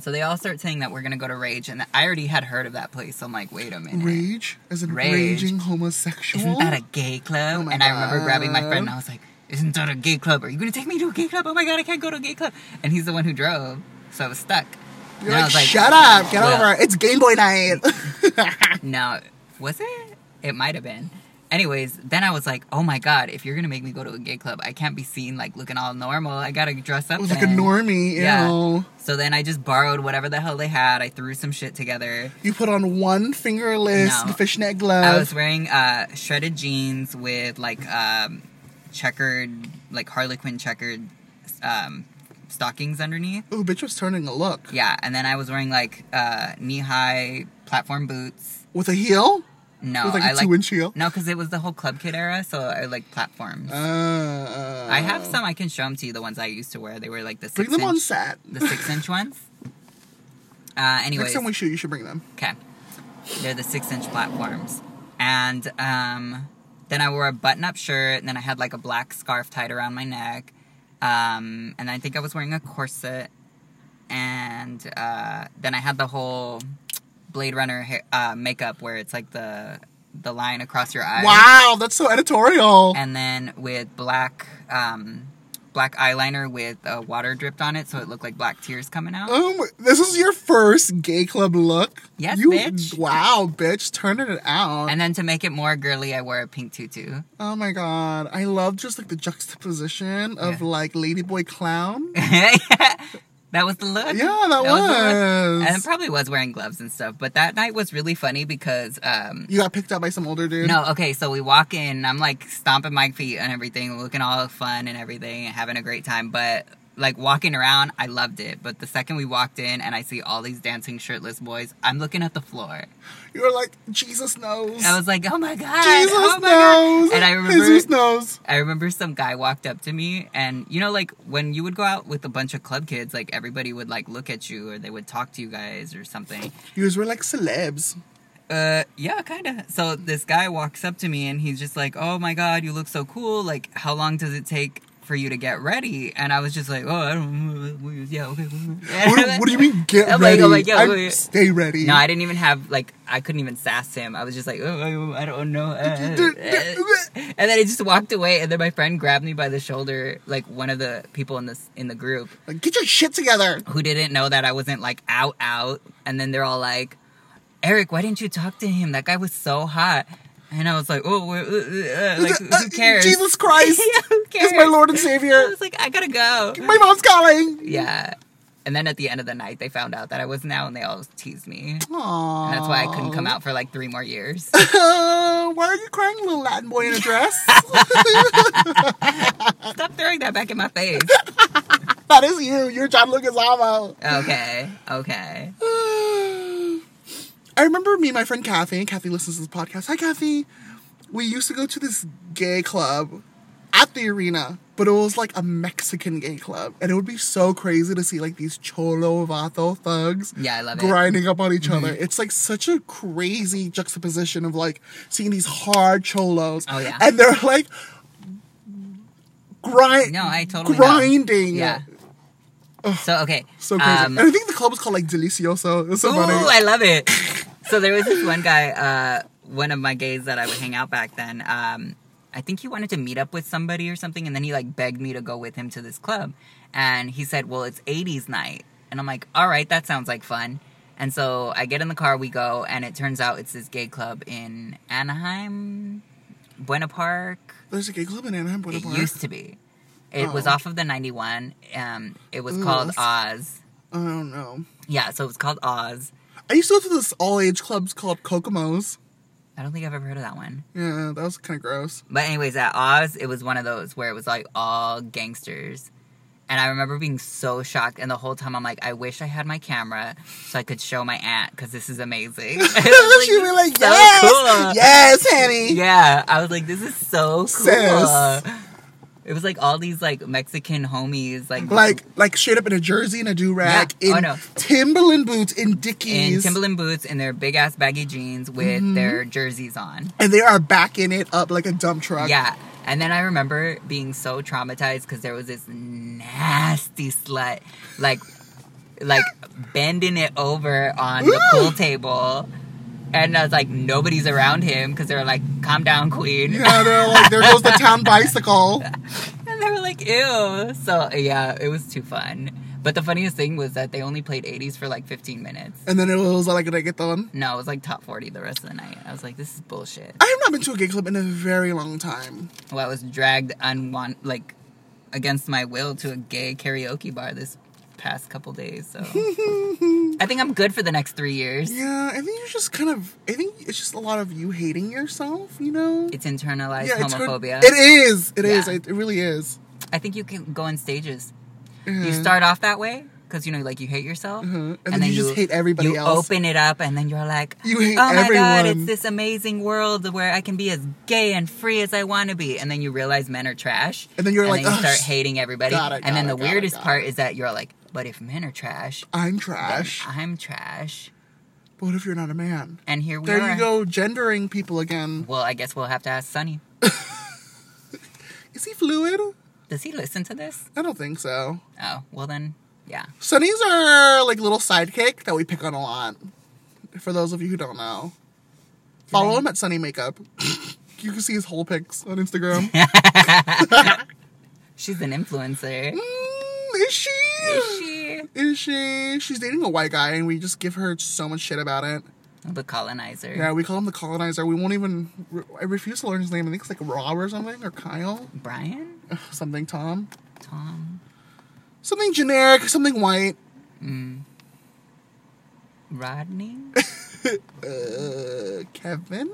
So they all start saying that we're gonna go to Rage, and I already had heard of that place. So I'm like, wait a minute,
Rage as in
Rage.
raging homosexual.
isn't that a gay club?
Mm-hmm. Oh my
and I remember grabbing my friend, and
God.
I was like, isn't that a gay club? Are you gonna take me to a gay club? Oh my god, I can't go to a gay club. And he's the one who drove, so I was stuck.
You're
and I
like,
was like,
shut up, get
well-
over it. It's Game Boy night. [laughs]
no, was it? It might have been. Anyways, then I was like, oh my god, if you're gonna make me go to a gay club, I can't be seen like looking all normal. I gotta dress up.
it was Oh, like a
then."
normie.
Yeah.
Ew.
So then I just borrowed whatever the hell they had. I threw some shit together.
You put on one fingerless
No.
fishnet glove.
I was wearing uh, shredded jeans with like um, checkered, like Harlequin checkered um, stockings underneath.
Ooh, bitch was turning a look.
Yeah, and then I was wearing like uh, knee high platform boots.
With a heel?
No,
With like
I
a two inch heel?
no, because it was the whole club kid era, so I like platforms.
Oh. Uh,
I have some. I can show them to you. The ones I used to wear. They were like the
Bring
six
them on
inch,
set. [laughs]
the six inch ones. Uh, anyways,
Next time we shoot, you should bring them.
Okay. They're the six inch platforms. And um, then I wore a button up shirt, and then I had like a black scarf tied around my neck. Um, and I think I was wearing a corset. And uh, then I had the whole Blade Runner hair, uh, makeup where it's like the the line across your eyes.
Wow, that's so editorial.
And then with black um, black eyeliner with uh, water dripped on it, so it looked like black tears coming out.
Um, this is your first gay club look.
Yes,
you,
bitch.
Wow, bitch, turning it out.
And then to make it more girly, I wore a pink tutu.
oh my god, I love just like the juxtaposition of
Yeah.
like ladyboy clown
[laughs] That was the look.
Yeah, that,
was the look.
was.
And probably was wearing gloves and stuff, but that night was really funny because um
you got picked up by some older dude.
no, okay, so we walk in, I'm like stomping my feet and everything, looking all fun and everything and having a great time, but like walking around, I loved it. But the second we walked in and I see all these dancing shirtless boys, I'm looking at the floor.
You were like, Jesus knows.
I was like, "Oh my god.
Jesus
oh my
knows.
god." And I remember
Jesus knows.
I remember some guy walked up to me, and you know, like when you would go out with a bunch of club kids, like everybody would like look at you or they would talk to you guys or something.
You guys were
[laughs]
like celebs.
Uh, yeah, kind of. So this guy walks up to me and he's just like, "Oh my god, you look so cool! Like, how long does it take?" For you to get ready, and I was just like, oh, I don't, [laughs] yeah, okay.
What, what do you mean get
I'm like-
ready?
I'm like, yeah,
I-
wait.
stay ready.
No, I didn't even have like I couldn't even sass him. I was just like, oh, I I don't
[laughs]
know. uh, uh." [laughs] and then he just walked away. And then my friend grabbed me by the shoulder, like one of the people in this in the group
like, get your shit together.
who didn't know that I wasn't like out out. And then they're all like, Eric, why didn't you talk to him? That guy was so hot. And I was like, oh, we're, uh, uh, uh,"
[laughs]
like who cares?
Jesus Christ
[laughs] yeah, who cares?
is my Lord and
I
Savior.
was like, I gotta go.
my mom's calling.
Yeah. And then at the end of the night, they found out that I wasn't out, and they all teased me.
Aww.
And that's why I couldn't
[laughs]
come out for like three more years.
Uh, why are you crying, little Latin boy in a dress? [laughs]
Stop throwing that back in my face.
that is you. You're John Lucas Amo.
Okay, okay.
[sighs] I remember me and my friend Kathy, and Kathy listens to this podcast. Hi, Kathy. We used to go to this gay club at the arena, but it was like a Mexican gay club. And it would be so crazy to see like these cholo vato thugs
Yeah, I love it. Mm-hmm.
grinding up on each other. It's like such a crazy juxtaposition of like seeing these hard cholos.
Oh, yeah.
And they're like grind
No, I totally know.
grinding.
Yeah. So okay.
So crazy.
Um,
and I think the club was called like Delicioso. It was so
Ooh,
funny.
I love it. So there was this one guy, uh, one of my gays that I would hang out back then. Um, I think he wanted to meet up with somebody or something, and then he like begged me to go with him to this club. And he said, "Well, it's '80s night," and I'm like, "All right, that sounds like fun." And so I get in the car, we go, and it turns out it's this gay club in Anaheim, Buena Park,
There's a gay club in Anaheim, Buena
It
Park.
used to be. It was
Oh.
off of the 91. Um, it was
Ooh,
called
that's-
Oz.
I don't know.
Yeah, so it was called Oz.
I used to go to this all age clubs called Kokomo's.
I don't think I've ever heard of that one.
Yeah, that was kind of gross.
But anyways, at Oz, it was one of those where it was like all gangsters. And I remember being so shocked, and the whole time I'm like, I wish I had my camera so I could show my aunt because this is amazing. [laughs] [laughs] It
[laughs]
was,
She'd be like,
so
yes,
cool.
yes, honey.
Yeah, I was like, this is so cool.
Sis.
It was like all these like Mexican homies, like
Like, like straight up in a jersey and a do rag,
Yeah. Oh,
in
no.
Timberland boots, in Dickies,
in Timberland boots in their big ass baggy jeans with
Mm-hmm.
their jerseys on.
and they are backing it up like a dump truck.
Yeah. And then I remember being so traumatized because there was this nasty slut, like, like bending it over on the
Ooh.
pool table, and I was like, nobody's around him because they were like, "Calm down, queen,"
Yeah, they're like, there goes the town
[laughs]
bicycle.
and they were like, "Ew." So yeah, it was too fun. But the funniest thing was that they only played '80s for like 15 minutes.
And then it was like a reggaeton.
No, it was like top 40 the rest of the night. I was like, "This is bullshit."
I have not been to a gay club in a very long time. [laughs]
Well, I was dragged unwant like against my will to a gay karaoke bar this past couple days.
[laughs]
So I think I'm good for the next three [laughs] years.
Yeah, I think you're just kind of, I think it's just a lot of you hating yourself, you know?
It's internalized
it's good-
homophobia.
It is. It is.
Yeah.
It, it really is.
I think you can go in stages. You
Mhm.
start off that way because you know, like you hate yourself,
Mm-hmm. And, then, you just hate everybody
you
else.
open it up, and then you're like,
You hate
"Oh my god,
everyone."
it's this amazing world where I can be as gay and free as I want to be." And then you realize men are trash,
And then you're like,
you
"Ugh,
start hating everybody.
got it,
and then
got it,
the
got it,
weirdest
got
part is that you're like, "But if men are trash,
I'm trash.
I'm trash.
But what if you're not a man?
And here we
There
are.
you go, gendering people again.
Well, I guess we'll have to ask Sonny.
Is he fluid?
Does he listen to this?
I don't think so.
Oh, well then, yeah.
Sonny's our like little sidekick that we pick on a lot. For those of you who don't know, follow him at Sunny Makeup. [laughs] you can see his whole pics
[laughs]
on Instagram.
She's an influencer.
Mm, is she?
Is she?
Is she? She's dating a white guy, and we just give her so much shit about it.
The colonizer.
Yeah, we call him the colonizer. We won't even. I refuse to learn his name. I think it's like Rob or [sighs] something, or Kyle,
Brian?
something Tom.
Tom?
Something generic, something white.
Mm. Rodney?
Uh, Kevin?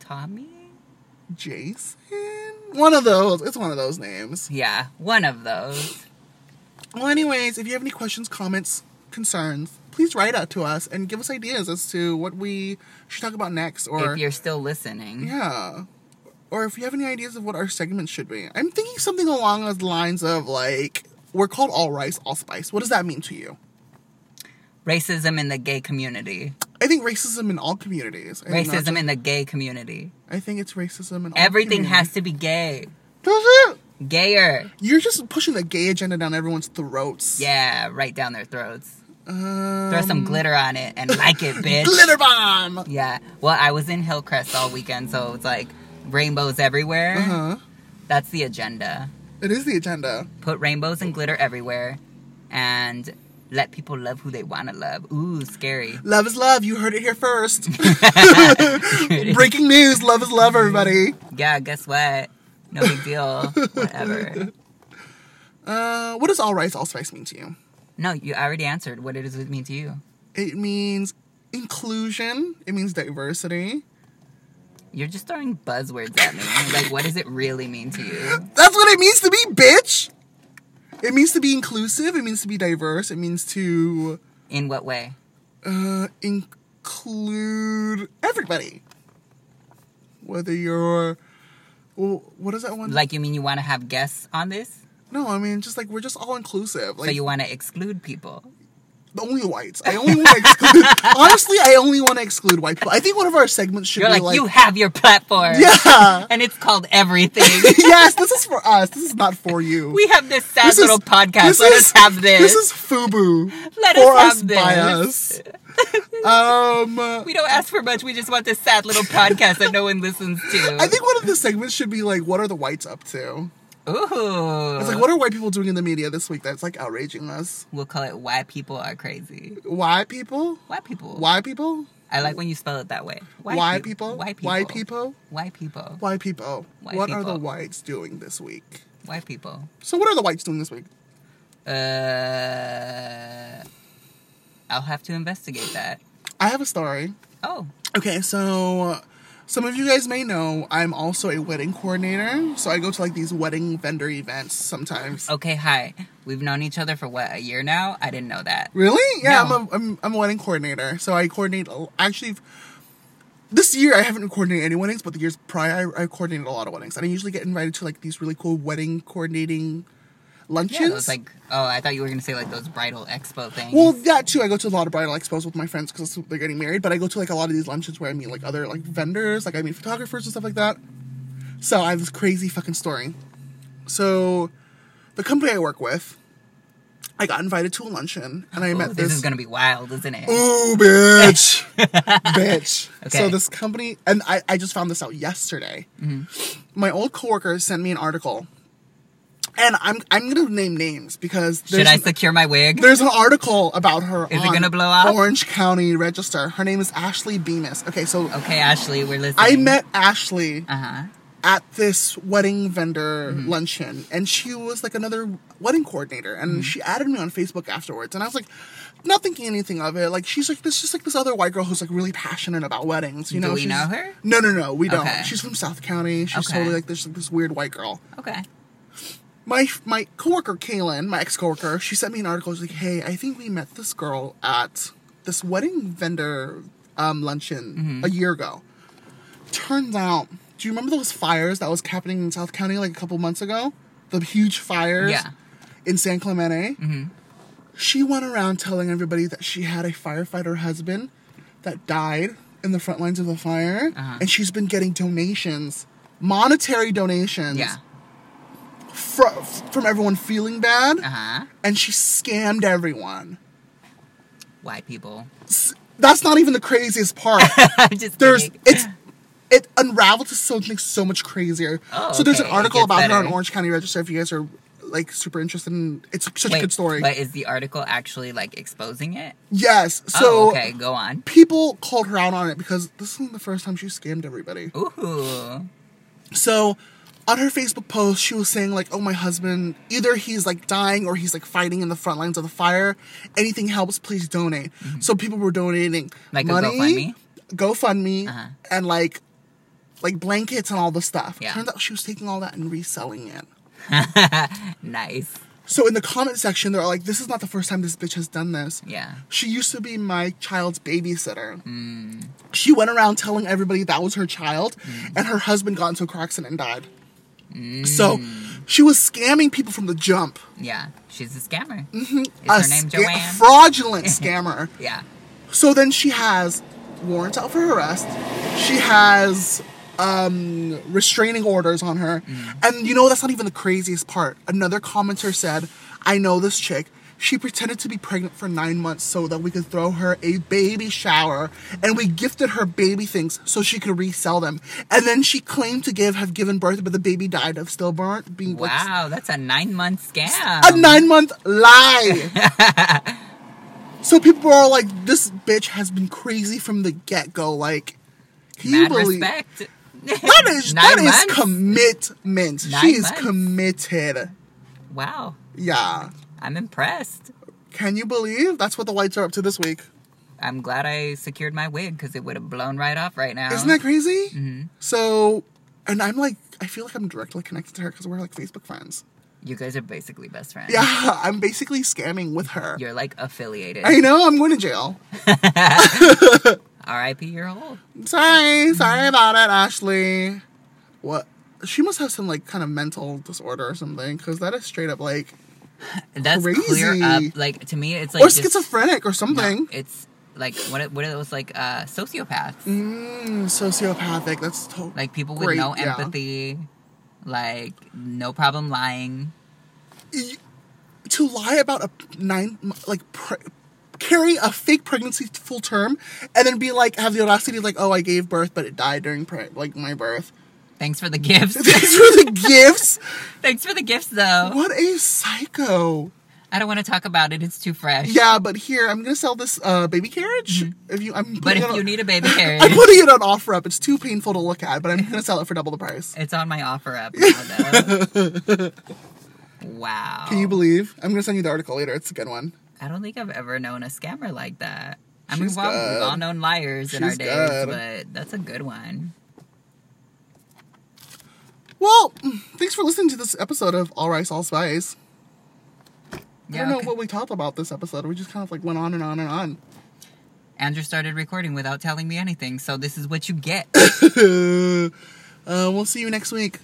Tommy?
Jason? One of those. It's one of those names.
Yeah, one of those.
Well, anyways, if you have any questions, comments, concerns, please write out to us and give us ideas as to what we should talk about next or
if you're still listening.
yeah. Or if you have any ideas of what our segments should be. I'm thinking something along the lines of like we're called all rice, all spice. What does that mean to you?
Racism in the gay community.
I think racism in all communities. I think not
Racism
just-
in the gay community.
I think it's racism in all
Everything has
communities.
to be gay.
Does it?
Gayer.
You're just pushing the gay agenda down everyone's throats.
Yeah, right down their throats.
Um,
Throw some glitter on it and like it, bitch.
glitter bomb.
Yeah. Well, I was in Hillcrest all weekend, so it's like rainbows everywhere.
Uh huh.
That's the agenda.
It is the agenda.
Put rainbows and glitter everywhere and let people love who they want to love. Ooh, scary.
Love is love. You heard it
[laughs]
here first. [laughs] Breaking news. Love is love, everybody.
Yeah, guess what? No big deal. Whatever.
Uh, what does all rice, all spice mean to you?
No, you already answered what it is with me to you.
It means inclusion. It means diversity.
You're just throwing buzzwords at me. Like, what does it really mean to you?
That's what it means to be, bitch. It means to be inclusive. It means to be diverse. It means to
In what way?
uh, include everybody. Whether you're, well, what is that one?
Like, you mean you want to have guests on this?
no, I mean just like we're just all inclusive. Like
so you want to exclude people?
the only whites. I only want
[laughs]
to exclude. honestly, I only want to exclude white people. I think one of our segments should
You're
be
like,
like,
you have your platform.
[laughs] yeah, [laughs]
And it's called everything.
yes. This is for us. This is not for you.
We have this sad
This is-
little podcast. Let us
is-
have this.
This is FUBU.
Let
for
us
us,
have
by
this.
us. um,
we don't ask for much. We just want this sad little podcast that no one listens to.
I think one of the segments should be like, what are the whites up to?
Ooh.
It's like, what are white people doing in the media this week that's like outraging us?
We'll call it "Why People Are Crazy."
Why people?
Why people?
Why people?
I like when you spell it that way.
Why
peop-
people?
Why people?
Why people?
Why people?
Why people?
Why
what are
people?
the whites doing this week?
Why people?
So, what are the whites doing this week?
Uh, I'll have to investigate that.
I have a story.
Oh,
Okay, so uh, some of you guys may know I'm also a wedding coordinator. So I go to like these wedding vendor events sometimes.
okay. Hi, we've known each other for what a year now. I didn't know that.
Really? Yeah,
No.
I'm, a, I'm I'm a wedding coordinator. So I coordinate a- actually. This year I haven't coordinated any weddings, but the years prior I, I coordinated a lot of weddings, and I usually get invited to like these really cool wedding coordinating luncheons.
Yeah, those like oh, I thought you were gonna say like those bridal expo things.
Well, that too. I go to a lot of bridal expos with my friends because they're getting married. But I go to like a lot of these luncheons where I meet like other like vendors, like I meet photographers and stuff like that. So I have this crazy fucking story. So, the company I work with, I got invited to a luncheon, and I
Ooh,
met
this, is gonna be wild, isn't it?
Ooh,
[laughs]
bitch. bitch.
Okay.
So this company, and I, I just found this out yesterday.
Mm-hmm.
My old coworker sent me an article. And I'm I'm gonna name names because
Should I
an,
secure my wig?
there's an article about her
Is it
on
gonna blow up?
Orange County Register. Her name is Ashley Bemis. Okay, so
Okay, Ashley, we're listening.
I met Ashley
Uh huh.
at this wedding vendor
Mm-hmm.
luncheon and she was like another wedding coordinator
Mm-hmm.
and she added me on Facebook afterwards and I was like not thinking anything of it like she's like this just like this other white girl who's like really passionate about weddings you
Do
know
we
she's-
know her?
no no no we don't
Okay.
she's from South County she's
Okay.
totally like this like this weird white girl
Okay.
my my coworker Kaylin, my ex coworker, she sent me an article. She's like, "Hey, I think we met this girl at this wedding vendor um, luncheon
Mm-hmm.
a year ago." Turns out, do you remember those fires that was happening in South County like a couple months ago? The huge fires
Yeah. Mm-hmm.
in San Clemente. She went around telling everybody that she had a firefighter husband that died in the front lines of the fire,
Uh-huh.
and she's been getting donations, monetary donations
Yeah.
fr- from everyone feeling bad,
Uh huh.
and she scammed everyone.
White people. [laughs]
S- That's not even the craziest part.
I'm just
There's
kidding.
it's it unraveled to something so much crazier.
Oh,
so there's an
okay, it
article
gets
about her on
better.
Orange County Register. If you guys are like super interested in, it's such a
Wait,
good story.
But is the article actually like exposing it?
yes, so
oh, okay, go on.
people called her out on it because this isn't the first time she scammed everybody.
Ooh.
So on her Facebook post, she was saying like, "Oh, my husband, either he's like dying or he's like fighting in the front lines of the fire. Anything helps, please donate." So people were donating
Mm-hmm. Like a
money,
GoFundMe?
GoFundMe,
Uh-huh.
and like like blankets and all the stuff.
Yeah.
Turns out she was taking all that and reselling it.
nice.
So in the comment section, they're like, "This is not the first time this bitch has done this."
Yeah.
She used to be my child's babysitter.
Mm.
She went around telling everybody that was her child, and her husband got into a car accident and died.
Mm,
So she was scamming people from the jump.
Yeah. She's a scammer. Is
Mm-hmm. A
her name
sca-
Joanne? [laughs]
Fraudulent scammer.
yeah.
So then she has warrants out for her arrest. She has um, restraining orders on her.
Hmm.
And you know, that's not even the craziest part. Another commenter said, I know this chick. She pretended to be pregnant for nine months so that we could throw her a baby shower. And we gifted her baby things so she could resell them. And then she claimed to give, have given birth, but the baby died of stillbirth. Being like,
Wow, that's a nine month
a
scam.
nine month lie.
[laughs]
so people are like, this bitch has been crazy from the get go. Like, can you
Mad
believe
respect. [laughs]
that is
Nine
that is
months?
commitment?
Nine
she is
months.
committed.
wow.
Yeah.
I'm impressed.
Can you believe that's what the whites are up to this week?
I'm glad I secured my wig because it would have blown right off right now.
Isn't that crazy?
Mm-hmm.
So, and I'm like, I feel like I'm directly connected to her because we're like Facebook friends.
You guys are basically best friends.
Yeah, [laughs] I'm basically scamming with her.
You're like affiliated.
I know I'm going to jail.
R.I.P. You're old.
Sorry,
Mm-hmm.
sorry about it, Ashley. What? She must have some like kind of mental disorder or something, because that is straight up like,
That's
Crazy.
clear up. Like to me, it's like
or
just-
schizophrenic or
no,
something.
it's like what it, what it was like uh, sociopaths.
Mm, sociopathic. That's totally
Like people with no empathy. Like no problem lying.
To lie about a nine, mo- like pre- carry a fake pregnancy to full term, and then be like, have the audacity like, oh, I gave birth, but it died during pre- like my birth. [laughs]
Thanks for the gifts.
These were the
[laughs]
gifts.
Thanks for the gifts though.
What a psycho.
I don't want to talk about it. It's too fresh.
Yeah, but here I'm gonna sell this uh, baby carriage. If you, I'm
Mm-hmm. But
putting it
if
on-
you need a baby carriage,
[laughs] I'm putting it on offer up. It's too painful to look at, but I'm gonna sell it for double the price.
it's on my offer
[laughs]
up. Now, though. wow.
Can you believe? I'm gonna send you the article later. It's a good one.
I don't think I've ever known a scammer like that. I mean,
She's
we've all, we've
good.
all known liars in our
She's
days,
good.
but that's a good one.
Well, mm, thanks for listening to this episode of All Rice All Spice. I don't know
okay.
what we talked about this episode. We just kind of like went on and on
[laughs]
and on.
Andrew started recording without telling me anything, so this is what you
[coughs]
get.
uh, we'll see you next week.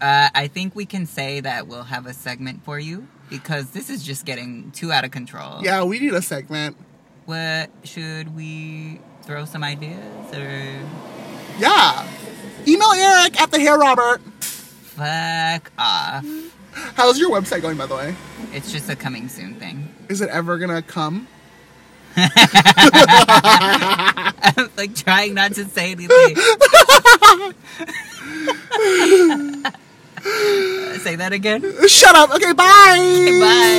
uh, I think we can say that we'll have a segment for you because this is just getting too out of control.
Yeah, we need a segment.
What should we throw some ideas or
Yeah. Email Eric at the Hair Robert.
fuck off?
How's your website going, by the way?
It's just a coming soon thing.
Is it ever gonna come?
I'm [laughs] like trying not to say anything. [laughs] say that again.
Shut up. Okay, bye.
Bye.